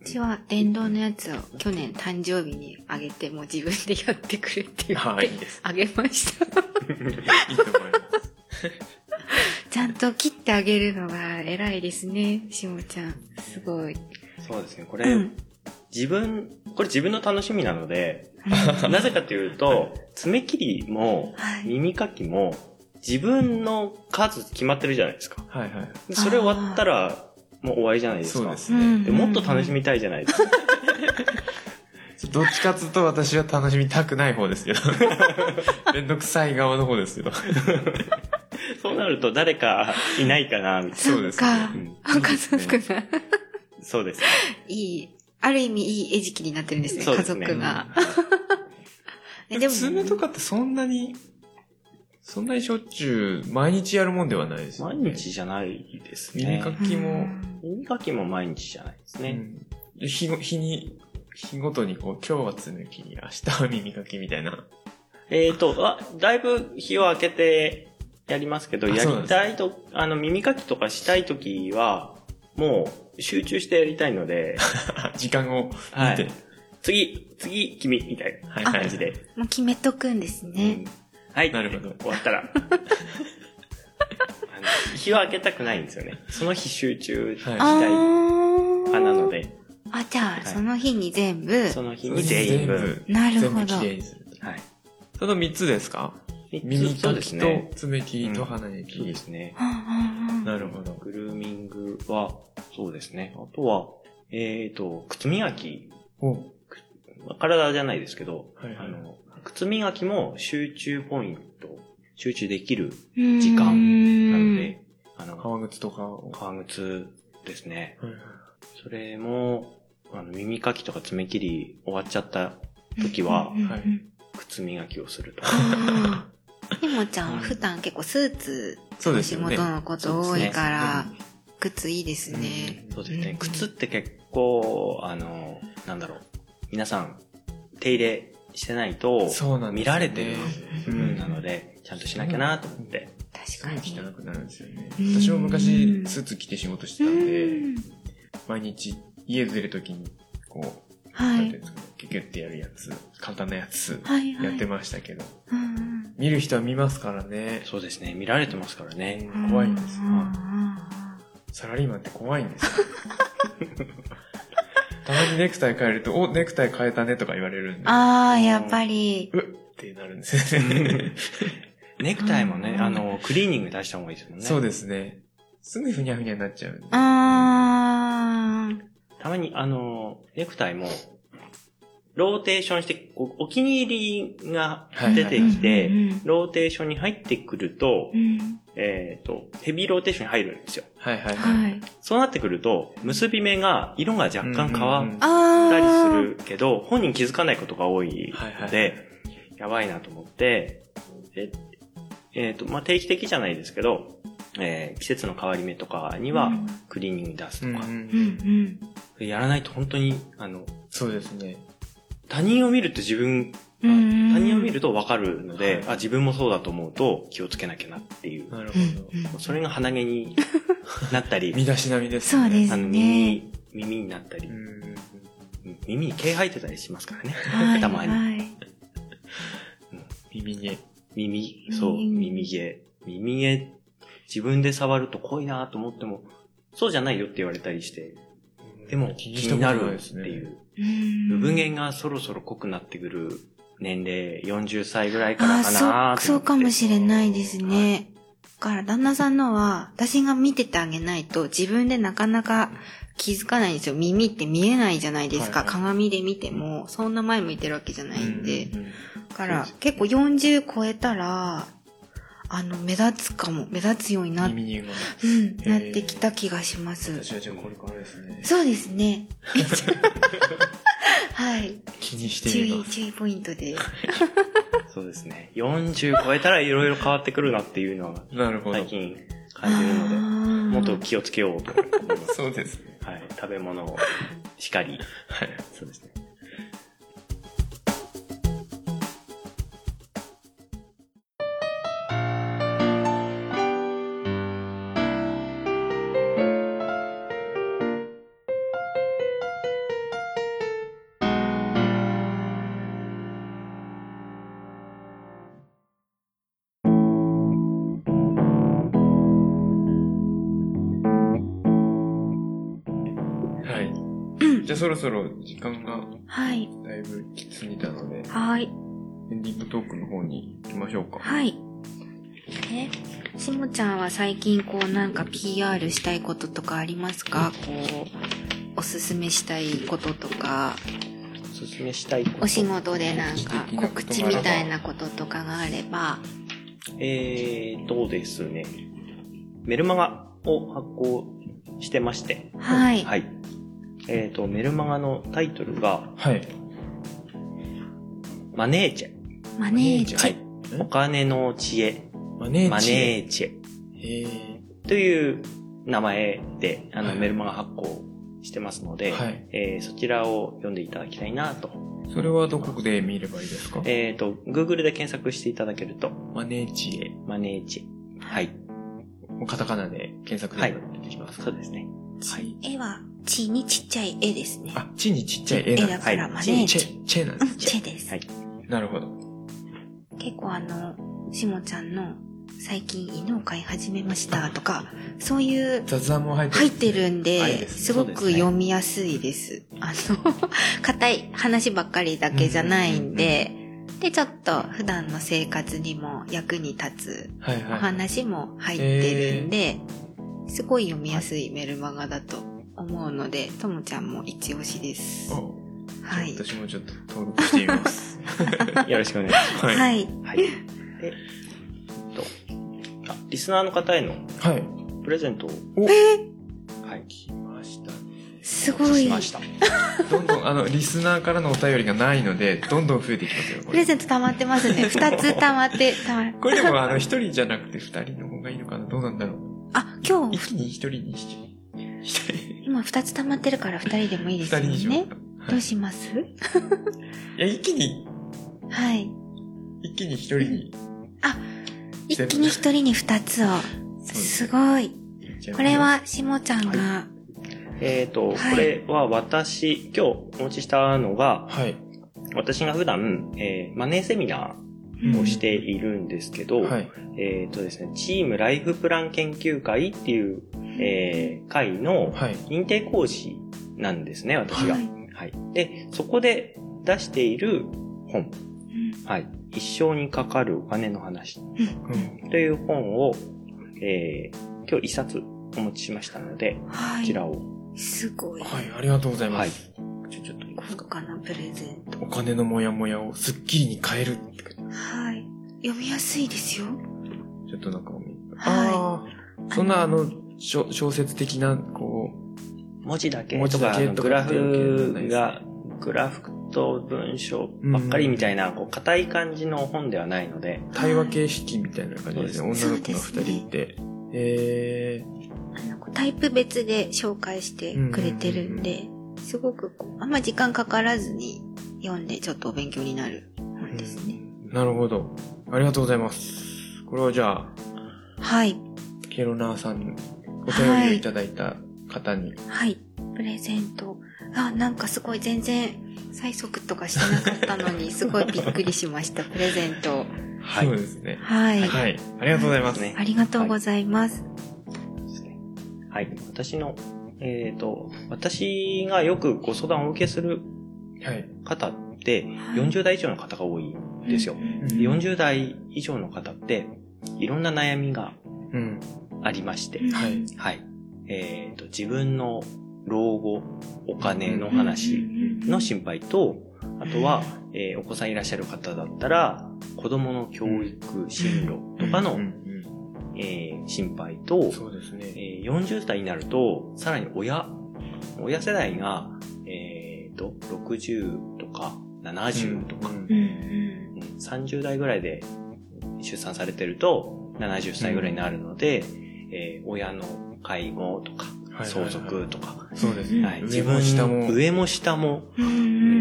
S2: うちは電動のやつを去年誕生日にあげて、もう自分でやってくれって言っ
S1: はい、
S2: て
S1: いい
S6: [LAUGHS]
S1: です。
S2: あげました。
S1: いいと思います。
S2: ちゃんと切ってあげるのが偉いですね、しもちゃん。すごい。
S6: そうですね。こ
S2: う
S6: れ、
S2: ん。
S6: 自分、これ自分の楽しみなの [LAUGHS] で、
S2: は
S6: なぜかというと、爪切りも、
S2: い。
S6: 耳かきも、自分の数決まってるじゃないですか。
S1: はいはい。
S6: でそれ終わったら、もう終わりじゃないですか。
S1: そうです
S2: う
S1: ね。
S2: ん
S6: でもっと楽しみたいじゃないですか。
S1: どっちかっつうと私は楽しみたくない方ですけ
S6: [LAUGHS]
S1: ど。めんどくさい側の方ですけど。
S6: そうなると誰かいないかな、みたい
S1: そうですね
S2: なんか
S6: うん
S2: あ家族が、
S6: な。そうです。
S2: いい、ある意味いい餌食になってるんですね、
S6: [LAUGHS] そう
S2: 家
S6: ですね
S2: 族が。えでも、
S1: 爪とかってそんなに、そんなにしょっちゅう毎日やるもんではないですよ
S6: 毎
S1: ね。
S6: 日じゃないですね。
S1: 耳か
S2: うん
S1: きも、
S6: 耳かきも毎日じゃないです
S1: う
S6: ね。
S1: んで日ご、日に、日ごとにこう、今日は爪切り、明日は耳かきみたいな。 [LAUGHS]
S6: えっ、と、あ、だいぶ日を明けてやりますけど、
S1: あ
S6: や
S1: そうなんで
S6: り
S1: すね
S6: たいと、あの、耳かきとかしたいときは、もう集中してやりたい
S1: [LAUGHS]
S6: ので、
S1: 時間を見て。
S6: は、次、次、君、みたいな
S1: はい
S6: 感じで。
S2: もう決めとくんです
S6: う
S2: ね
S6: ん。はい。
S1: なるほど
S6: 終わったら。あの [LAUGHS] 日を明けたくないんですよね。その日集中したい
S2: あ
S6: 派
S2: あ。
S6: なの。で、
S2: あ、じゃ
S6: い
S2: あ、その日に全部。
S6: その日
S1: 全
S6: に
S1: 部
S6: 全員分。
S2: なる
S1: 全
S2: ほ
S1: 部
S2: ど
S1: き。れいにする。
S6: はい。
S1: その3つですか
S6: 三
S1: 耳
S6: つそう
S1: か
S6: です
S1: き
S6: ね
S1: と。爪切りと鼻に
S6: そう
S1: 切
S6: で
S1: り。
S6: すね。
S2: うんうんうん
S1: なるほど。
S6: グルーミングは、そうですね。あとは、えっ、と、靴磨き。
S1: お
S6: 体じゃないですけど、
S1: はいはい
S6: あの、靴磨きも集中ポイント、集中できる時
S2: 時
S6: 間なの
S2: 間
S6: で、あの、
S1: 革靴とかを。
S6: 革靴ですね。
S1: はいはい
S6: それも、あの、耳かきとか爪切り終わっちゃった時は、
S1: はい
S6: 靴磨きをすると。
S2: ひもちゃんは普段結構スーツ
S1: そう
S2: の
S1: です
S2: 仕
S1: よね
S2: 事のこと多いから、靴いいですね。
S6: そうです
S2: う
S6: ね
S2: ん。
S6: 靴って結構、あの、なんだろう。皆さん、手入れしてないと、
S1: そうなんで
S6: 見
S1: すよ
S6: ら
S1: ね
S6: れてる部分なの
S1: うん
S6: で、ちゃんとしなきゃなと思って。
S2: 確
S1: す
S2: か
S1: ぐ
S2: に。
S1: 汚くなるんですよね
S2: うん
S1: 私も昔スーツ着て仕事してたん
S2: う
S1: で
S2: ん
S1: 毎日家出る時にこう
S2: は
S1: なんていうん
S2: い。
S1: ですかねキュキュってやるやつ簡単なやつ
S2: はいはい。
S1: やってましたけど
S2: うんうん
S1: 見る人は見ますからね
S6: そうですね。見られてますからね。
S2: う
S1: 怖いんですよ
S2: ううん
S1: サラリーマンって怖いんです
S2: [LAUGHS]
S1: よたまにネクタイ変えると「おネクタイ変えたね」とか言われるんで
S2: ああ、やっぱり。
S1: うっってなるんですよね
S6: ネクタイもね
S2: う、ん
S6: あの、クリーニング出した方がいいですもん
S1: [LAUGHS]
S6: ね。
S1: そうですねすぐふにゃふにゃになっちゃうんで
S2: あー
S6: たまに、あの、ネクタイも、ローテーションして、こうお気に入りが出てき
S2: う
S6: て、
S2: んうん
S6: ローテーションに入ってくると
S2: う、ん
S6: えっと、ヘビーローテーションに入るんですよ。
S1: はいはいはい、
S2: はい。
S6: そうなってくると、結び目が、色が若干変わ
S1: うんうんうん
S2: あ
S6: ったりす
S2: ー。
S6: るけど、本人気づかないことが多い
S1: はいは
S6: の
S1: い
S6: で、やばいなと思って、でえっ、と、まあ、定期的じゃないですけど、えー季節の変わり目とかには
S2: うん
S6: クリーニングに出す
S1: うん
S6: とか、
S2: うんうん
S6: やらないと本当に、あの、
S1: そうですね
S6: 他人を見ると自分、
S2: うんうん。
S6: 他人を見るとわかるので、
S1: はい
S6: あ、自分もそうだと思うと気をつけなきゃなっていう。
S1: なるほ
S2: うん
S1: ど
S2: うん。
S6: それが鼻毛になったり、
S1: 身だしなみです
S2: そうです
S6: あの耳、耳になったり
S1: う、ん
S6: 耳に毛生えてたりしますからね。
S2: はい
S6: たまに。
S2: はい
S1: 耳毛
S6: 耳、そう、
S2: うん
S6: 耳毛。耳毛、自分で触ると濃いなと思っても、そうじゃないよって言われたりして、でも気になるっていう。
S2: うん
S6: 産毛がそろそろ濃くなってくる年齢、40歳ぐらいから
S2: あ
S6: かな
S2: あ、
S6: ー
S2: そう、そうかも
S6: し
S2: しれないですね。だから、旦那さんのは、私が見ててあげないと、自分でなかなか気づかないんですよ。耳って見えないじゃないですか。
S1: はいはい
S2: 鏡で見ても、そんな前向いてるわけじゃないんで。
S1: うんうんうん
S2: だから、結構40超えたら、あの、目立つかも、目立つようにな,、うん、
S1: 耳毛がー
S2: なってきた気がします。
S1: 私はじゃあこれからですね
S2: そうですね。はい。
S1: 気にして
S2: 注
S1: み
S2: 意、
S1: ます
S2: 注意ポイントです。
S6: そうですね。40超えたらいろいろ変わってくるなっていうのは、
S1: なるほど
S6: 最近感じるので、もっと気をつけようと思います。
S1: そうですね
S6: はい。食べ物を、しかり。
S1: はい
S6: そうですね。
S1: はい。
S2: うん。
S1: じゃあそろそろ時間が
S2: はい。
S1: だいぶきついたので、
S2: はい。
S1: エンディングトークの方に行きましょうか。
S2: はい。え、しもちゃんは最近こうなんか PR したいこととかありますかこう、おすすめしたいこととか、
S6: おすすめしたいこと
S2: お仕事でなんか
S1: 告知的なこ
S2: 告
S1: とがあ
S2: 知
S1: れば
S2: みたいなこととかがあれば、
S6: えーとですね、メルマガを発行してまして、
S2: はい。
S6: はい。えーと、メルマガのタイトルが、
S1: はい。
S6: マネーチェ。
S2: マネージャ
S6: は
S2: ー。
S6: い。お金の知恵、
S1: マネ
S6: マ
S1: ージ
S6: ネーチェ
S1: へ
S6: という名前で、あの、
S1: はい
S6: メルマガ発行してますので、
S1: はい
S6: えーそちらを読んでいただきたいなと。
S1: ーそれはどこで見ればいいですか
S6: えーと、Google で検索していただけると、
S1: マネージエ。
S6: マネーチェ。はい。
S1: もうカタカナで検索
S6: は
S1: で
S6: い
S1: 出てきますか、
S6: そうですね。
S1: はい。
S2: 絵は、ちにちっちゃい絵ですね。
S1: あ、チにちっちゃい絵
S2: 絵
S1: なん
S2: だ
S1: で
S2: から
S6: はい
S2: マ
S1: す。チ
S2: ネー
S1: ェ、
S2: ジ
S1: チ
S2: ャー。
S1: ェ、チェなん
S2: う
S1: で
S2: ん、
S1: す。
S2: チェです。
S6: はい。
S1: なるほど。
S2: 結構あの、しもちゃんの、最近犬を飼い始めましたとか、そういう
S1: 雑談も入って
S2: 入ってる
S1: あ
S2: ん
S1: れ
S2: で、
S1: です
S2: すご
S6: そうです
S2: く
S6: ね
S2: 読みやすいです。あの、 [LAUGHS] 硬い話ばっかりだけじゃないんで、で、ちょっと普段の生活にも役に立つ
S1: はい
S2: お
S1: はい。
S2: 話も入ってるんで、すごい読みやすいメルマガだと思うので、ともちゃんも一押しです。
S1: お
S2: はい。
S1: 私もちょっと登録してみます。
S6: よろしくお願いします。
S1: は。
S2: [LAUGHS] はいい。
S6: はい。で、えっと、あ、リスナーの方への
S1: はい。
S6: プレゼントを。
S1: お
S6: はい。
S1: 来ましたね。
S2: すごい
S6: し。ました。
S1: どんどん、あの、リスナーからのお便りがないので、どんどん増えてきますよ、こ
S2: プ
S1: れ
S2: レ。ゼント溜まってますね。二つ溜まって、溜ま
S1: これでも、あの、一人じゃなくて二人の方がいいのかなどうなんだろう
S2: あ、今日
S1: 一気に一人にし
S6: した
S2: 今2つ溜まってるから2人でもいいですよ
S1: 二人以上。
S2: ね。
S1: はい
S2: どうします
S1: いや、一気に、
S2: はい。
S1: 一気に一人に。
S2: 一気に1人に2つを。すごい。これは、しもちゃんが、
S6: えっ、と、
S2: はい
S6: これは私、今日お持ちしたのが、
S1: はい。
S6: 私が普段、えーマネーセミナーをしているんですけど、
S1: はい。
S6: えっ、とですね、チームライフプラン研究会っていう、えー会の
S1: はい。
S6: 認定講師なんですね、私が。
S2: は
S6: はいい、で、そこで出している本、はい、一生にかかるお金の話
S1: うん。
S6: という本を、えー今日一冊お持ちしましたので、
S2: うん
S6: こ
S2: は
S6: ちらを、
S2: い。すごい。
S1: はい、ありがとうございま
S6: はい
S1: す。、
S6: ちょちょっと
S2: 豪華なプレゼント。
S1: お金のモヤモヤをスッキリに変えるって書いて
S2: はい。読みやすいですよ。
S1: ちょっとなんかもう、
S2: は
S1: ああ、そんなあの、小小説的な、こ
S6: 文字だけ
S1: 文字
S6: と
S1: だ
S6: か、あ
S1: け
S6: の
S1: と
S6: グ
S1: か
S6: ラ
S1: っていうわけじゃない
S6: フ
S1: ですね
S6: が、グラフと文章ばっかりみたいな、こう、硬い感じの本ではないので、
S1: う、対話形式みたいな感じですね。
S2: はい
S1: 女の子が二人いて。え
S2: あのこうタイプ別で紹介してくれてるんで、すごくこう、あんま時間かからずに読んでちょっとお勉強になる本ですね。
S1: ー、なるほど。ありがとうございます。これはじゃあ、
S2: はい。
S1: ケロナーさんにお
S2: は
S1: 便りを
S2: い
S1: いただいた方に。
S2: はい。プレゼント。あ、なんかすごい全然催促とかしてなかったのに、すごいびっくりしました。プレゼント。
S6: はい
S1: そうですね。
S2: はい。
S1: はい。ありがとうございます。
S6: ね
S2: ありがとうございます。
S6: ですね。はい。私の、えっ、と、私がよくご相談をお受けする
S1: はい。
S6: 方って、
S2: はい
S6: 40代以上の方が多いんですよ。
S2: うん
S6: で40代以上の方って、いろんな悩みが
S1: うん。
S6: ありまして、
S1: はい。
S6: はい。えっ、と、自分の老後、お金の
S2: う
S6: 話
S2: ん
S6: の心配と、あとは、えーお子さんいらっしゃる方だったら、子供の教育、進路とかの
S1: うんう、ん
S6: えー心配と、
S1: そうですね。
S6: えー40代になると、さらに親、親世代が、えーと、60とか70とか、
S1: うん
S2: うんうん
S6: うん30代ぐらいで出産されてると、70歳ぐらいになるので、えー親の介護とか、
S1: はいはいはい
S6: 相続とか、
S1: そうですね。
S6: はい
S1: 上も下も。
S6: 上も下も、
S2: うんうん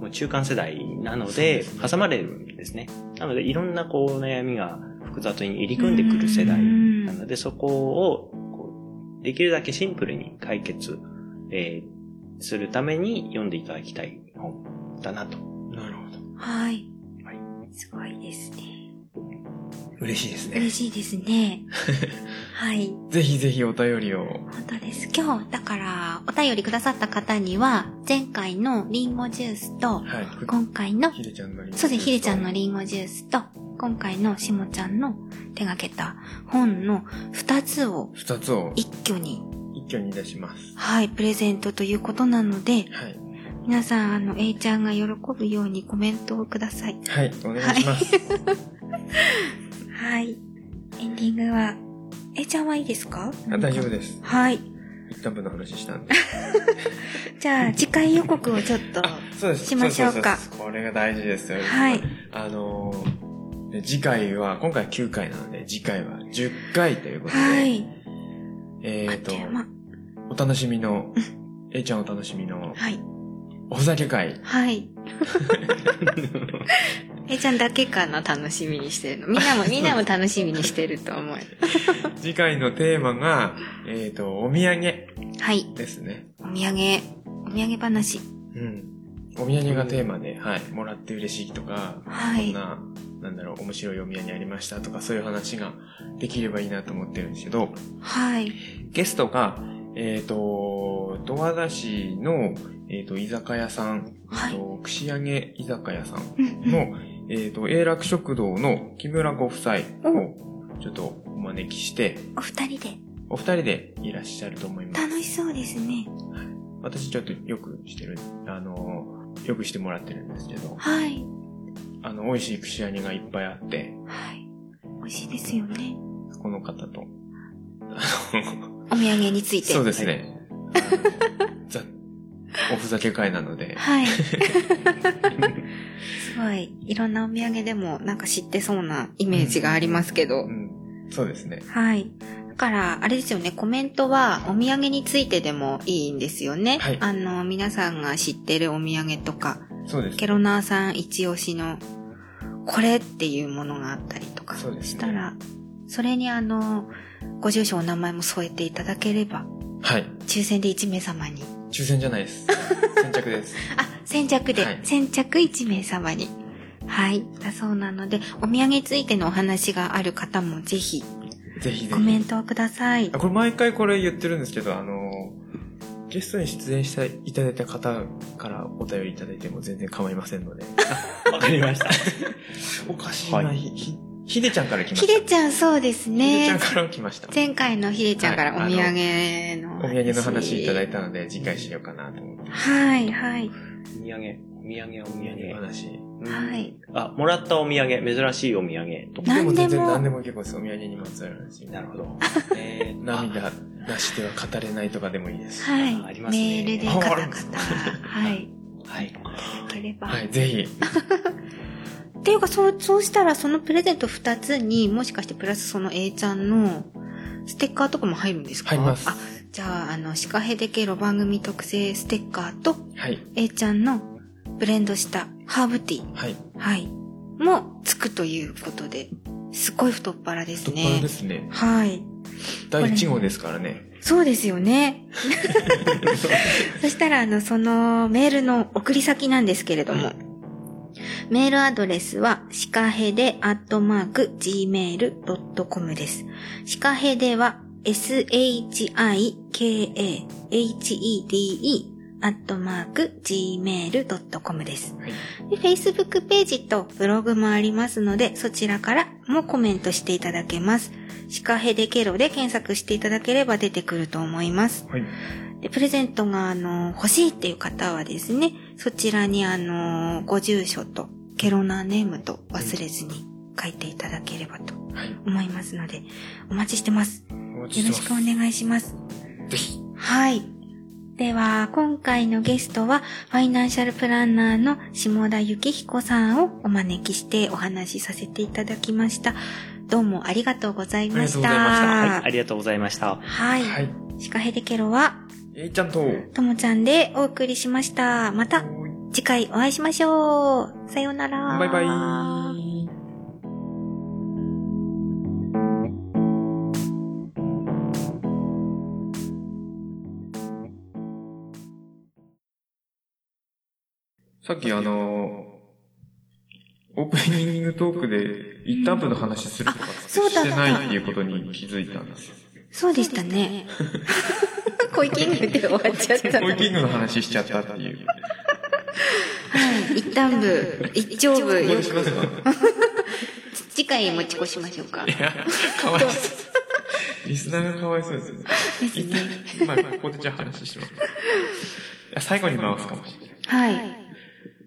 S6: もう中間世代なの
S1: そうで
S6: で、
S1: すね
S6: 挟まれるんですね。なので、いろんなこう、悩みが複雑に入り組んでくる世代
S2: うん
S6: なので、そこを、こうできるだけシンプルに解決、えーするために読んでいただきたい本
S1: [LAUGHS]
S6: だなと。
S1: なるほど。
S2: はい
S6: は。
S2: すごいですね。
S1: 嬉しいですね。
S2: 嬉しいですね。はい。
S1: ぜひぜひお便りを。
S2: 本当です。今日、だから、お便りくださった方には、前回のリンゴジュース
S1: は
S2: と、
S1: い。
S2: 今回の、
S1: ひでちゃんのリンゴ
S2: そうです、ひでちゃんのリンゴジュースと、今回のしもちゃんの手がけた本の2つを
S1: 二つを
S2: 一挙に、
S1: 一挙に出します。
S2: はい、プレゼントということなので、
S1: はい。
S2: 皆さん、あの、A ちゃんが喜ぶようにコメントをください。
S1: はい。お願いします。
S2: はい。エンディングは、A ちゃんはいいですか
S1: あ大丈夫です。
S2: はい。
S1: 一旦分の話したんで。
S2: じゃあ、次回予告をちょっと。
S1: あ、そうです。
S2: しましょうか
S1: そそそこれが大事ですよ。
S2: はい。
S1: あのーで次回は、今回9回なので、次回は10回ということで、
S2: はい。
S1: え
S2: あ
S1: ー
S2: っと
S1: と
S2: いう、間。
S1: お楽しみの、A ちゃんお楽しみの、
S2: はい。
S1: おふざけ会。 [LAUGHS]
S2: はい。 [LAUGHS] えちゃんだけかな、楽しみにしてるの。みんなも、みんなも楽しみにしてると思う。
S1: 次回のテーマが、えーと、お土産
S2: はい。
S1: ですね。
S2: お土産、お土産話。
S1: うん。お土産がテーマで、はい、もらって嬉しいとか、
S2: は
S1: こん
S2: い。
S1: な、なんだろう、面白いお土産ありましたとか、そういう話ができればいいなと思ってるんですけど、
S2: はい。
S1: ゲストが、えっ、と、十和田市の、えっと居酒屋さん、
S2: は
S1: えー
S2: い。
S1: と串揚げ居酒屋さん
S2: うんうん
S1: の、えっ、と、永楽食堂の木村ご夫妻をちょっとお招きして、
S2: お二人で、
S1: お二人でいらっしゃると思います。
S2: 楽しそうですね。
S1: 私ちょっとよくしてる、あのー、よくしてもらってるんですけど、
S2: はい。
S1: あの、美味しい串揚げがいっぱいあって、
S2: はい。美味しいですよね。
S1: この方と、あの、
S2: お土産について。
S1: そうですね。あのざおふざけ会なので、 [LAUGHS]
S2: はい。すごい。いろんなお土産でも、なんか知ってそうなイメージがありますけど
S1: う。んそうですね。
S2: はい。だから、あれですよね、コメントはお土産についてでもいいんですよね。
S1: はい
S2: あの、皆さんが知ってるお土産とか、
S1: そうです。
S2: ケロナーさん一押しの、これっていうものがあったりとか
S1: そうですね
S2: したら、それにあの、ご住所お名前も添えていただければ、
S1: はい。
S2: 抽選で1名様に。
S1: 抽選じゃないです。先着
S2: [LAUGHS]
S1: です。
S2: あ、先着で、
S1: はい
S2: 先着1名様に。はい。だそうなので、お土産についてのお話がある方もぜひ、
S1: ぜひぜひ。
S2: コメントをください
S1: あ。これ毎回これ言ってるんですけど、あの、ゲストに出演していただいた方からお便りいただいても全然構いませんので。
S6: わかりました。
S1: おかしいな、
S6: はい
S1: ひ、ひひでちゃんから来ま
S2: ひ
S1: した。
S2: でちゃんそうです
S1: ひでちゃ
S2: ね
S1: ん。から来ました。
S2: 前回のひでちゃんからお
S1: はい
S2: 土産の。
S1: お土産の話いただいたので、次回しようかなと思って。
S2: はい、はい、
S6: お土産、お土産、お
S1: お土産の
S6: 土
S1: 話。
S6: 産。
S2: はい。
S6: あ、もらったお土産、珍しいお土産とか。
S2: 何で
S1: 全然
S2: も
S1: 何でも結構です。お土産にまつわる話。
S6: なる
S2: [LAUGHS]
S6: ほど。えー、
S1: 涙なしでは語れないとかでもいいです。
S2: は
S6: あ
S2: い。
S6: り
S2: メ
S6: ますね
S2: ールでカ
S1: ああ
S2: タ
S1: るん
S2: カ
S1: です
S2: タ、はい、い
S6: あはい。
S2: ただければ。
S1: はい、ぜひ。
S2: っていうか、そう、そうしたらそのプレゼント2つにもしかしてプラスその A ちゃんのステッカーとかも入るんですか
S1: 入ります
S2: あ、じゃあ、あの、シカヘデケロ番組特製ステッカーと
S1: はい、
S2: A ちゃんのブレンドしたハーブティー。
S1: はい。
S2: はい。も、つくということで、すごい太っ腹です
S1: 太っ
S2: ね。
S1: 腹ですね。
S2: はい。
S1: 第1号ですからね。
S2: そうです
S1: [LAUGHS]
S2: よね。そしたら、あの、そのメールの送り先なんですけれども、メールアドレスは、シカヘデアットマーク gmail.com です。シカヘデは、s-h-i-k-a-h-e-d-e アットマーク gmail.com です。
S1: はい。
S2: で Facebook ページとブログもありますので、そちらからもコメントしていただけます。シカヘデケロで検索していただければ出てくると思います。
S1: はい。
S2: で、プレゼントが、あの、欲しいっていう方はですね、そちらに、あの、ご住所と、ケロナーネームと忘れずに書いていただければと
S1: はい。
S2: 思いますので、お待ちしてます。
S1: お
S2: よ
S1: 待ち
S2: ろ
S1: し
S2: してくお願いします。
S1: ます。ぜひ。
S2: はい。では、今回のゲストは、ファイナンシャルプランナーの下田幸彦さんをお招きしてお話しさせていただきました。どうもありがとうございました。
S1: ありがとうござい
S6: はい、ありがとうございました。
S2: はい。
S1: はい。
S2: シカヘデケロは、
S1: えいちゃんと、
S2: ともちゃんでお送りしました。また次回お会いしましょう。さようなら。
S1: バイバイ。さっきあの、オープニングトークで、インタープの話するとかって
S2: そうだ
S1: してないっていうことに気づいたんですよ。
S2: そうでしたね。コイキングで終わっちゃった。
S1: オイキングの話しちゃったっていう。
S2: 一旦部、一丁部、
S1: ここでしますか
S2: 次回持ち越しましょうか。
S1: かわいそう。リスナーがかわいそうですよね。
S2: ですね。
S1: まあ、ここでじゃあ話してます。いや最後に回すかもしれない。
S2: はい。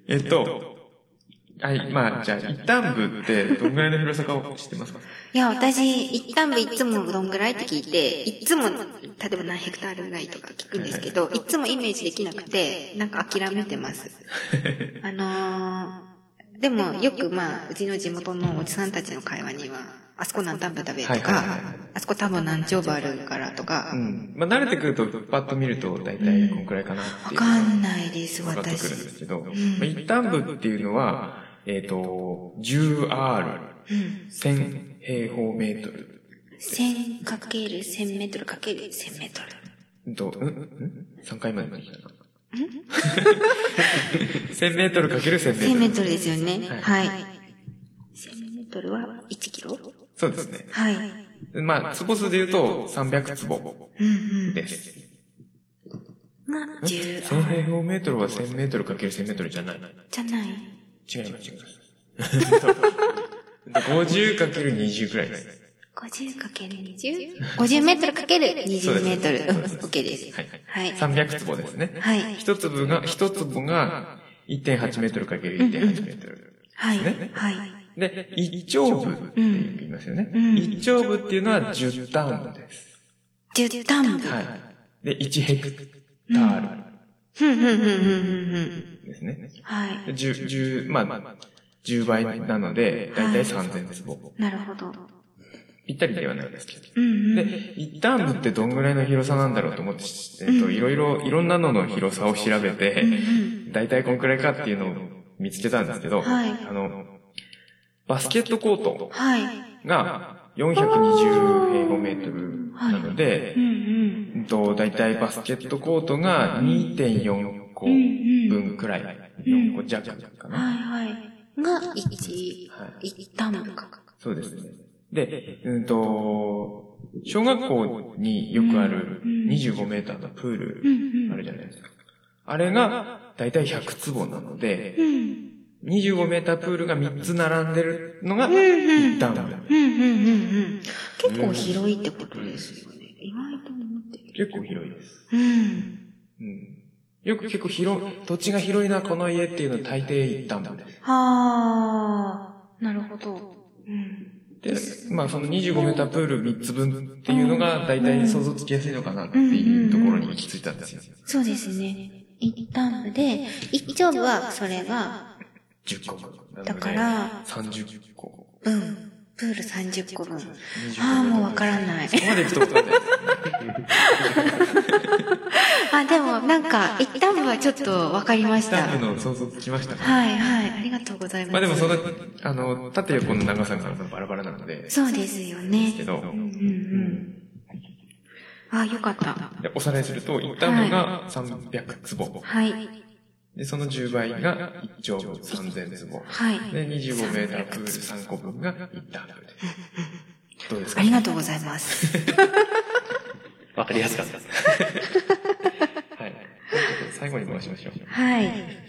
S1: えっと、はい、まあ、じゃあ、一旦部ってどんぐらいの広さかを知ってますか
S2: いや、私、一旦部いつもどんぐらいって聞いて、いつも、例えば何ヘクタールぐらいとか聞くんですけど、いつもイメージできなくて、なんか諦めてます。あのー、でもよくまあ、うちの地元のおじさんたちの会話には、あそこ何単部食べと
S1: はいはい
S2: か
S1: はいはい、
S2: あそこ多分何丁部あるからとか
S1: う、ん。まあ、慣れてくると、パッと見ると、だいたいこんくらいかなっ
S2: わ
S1: ていう。
S2: かんないです、
S1: 分かってくるんで
S2: 私。
S1: すけど、まあ、一旦部っていうのは、えっと、10R、
S2: うん。
S1: 1000平方メートル。
S2: 1000かける1000メートルかける1000メートル。
S1: うんと、うんうん ?3 回まで言ったな。1000メートルかける1000メート
S2: 1000
S1: ル。
S2: メートルですよね。は。
S1: はい
S2: 1000メートルは1キロ
S1: そうですね。
S2: はい。
S1: まあ、坪数で言うと300坪
S2: うんうん。
S1: です。
S2: が10
S1: 1000平方メートルは1000メートルかける1000メートルじゃない。違い
S2: じゃない。
S1: ます、違い
S2: [LAUGHS]
S1: ます。50かける20くらいです。
S2: 50かける 20? 50メートルかける20メートル。うん、OK です。
S1: はい。
S2: はい。
S1: 300坪ですね。
S2: はい。
S1: 一粒が、一粒が1.8メートルかける1.8メートル。
S2: はい
S1: ね。
S2: はい。
S1: で、一丁部って言いますよね。
S2: ん
S1: 一丁部っていうのは10ターンです。
S2: 10ターン部。
S1: はい。で、1ヘクター
S2: ふんふんふんふんふんふん。
S1: ルですね。
S2: はい。
S1: 10、10、まあ、10倍なので、だいたい3000坪。
S2: なるほど。
S1: ぴったりではないですけど。
S2: うんうん。
S1: で、一旦部ってどんぐらいの広さなんだろうと思って、えっと、いろいろ、いろんなのの広さを調べ
S2: うんう
S1: て、
S2: ん
S1: 大体こんくらいかっていうのを見つけたんですけど、
S2: はい
S1: あの、バスケットコート
S2: はい。
S1: が420平方メートルなので
S2: うんう、ん。
S1: うんと、大体バスケットコートが2.4個
S2: うん
S1: 分くらい、4個弱か
S2: うん。は
S1: な。
S2: いはい。が、一、
S1: はい
S2: 一旦部か。
S1: そうですね。で、うんと、小学校によくある
S2: うん
S1: 25メーターのプー
S2: う
S1: ル
S2: んうん。
S1: あるじゃないですか。あれが大体100坪なので、
S2: うん。
S1: 25メータープールが3つ並んでるのが
S2: うんうん
S1: 一旦部。
S2: うんうんうんうん。結構広いってことですよね。意外と思ってる。
S1: 結構広いです。
S2: うん。
S1: うんよく結構広い、土地が広いな、この家っていうのは大抵一旦部です。
S2: はあ、なるほど。うん。
S1: で、まあその25メータープール3つ分っていうのが大体想像つきやすいのかなっていうところに行き着いたんですよ。
S2: そうですね。一旦部で、一丁部はそれが、
S1: 10個。
S2: だか、ら、
S1: 30個。
S2: うん。プール30個分。
S1: 25
S2: ああ、もうわからない。
S1: ここまで行くとわかんないですね。
S2: あ、でもなんか、一旦部はちょっとわかりまし
S1: 一
S2: た。
S1: 旦部
S2: は
S1: の想像つきましたか
S2: いはい。ありがとうございます。
S1: まあでもその、あの、縦横の長さがバラバラなので、
S2: そうですよね
S1: け。ど、
S2: うんうんうん。あ、よかった。
S1: でおさらいすると、一旦部が300坪。
S2: はい。
S1: で、その10倍が1兆分3000坪。
S2: はい。
S1: で、25メータープール3個分が一旦部です。どうですか
S2: ありがとうございます。
S6: わかりやすかったです。
S1: はい。最後に回しましょう。
S2: はい。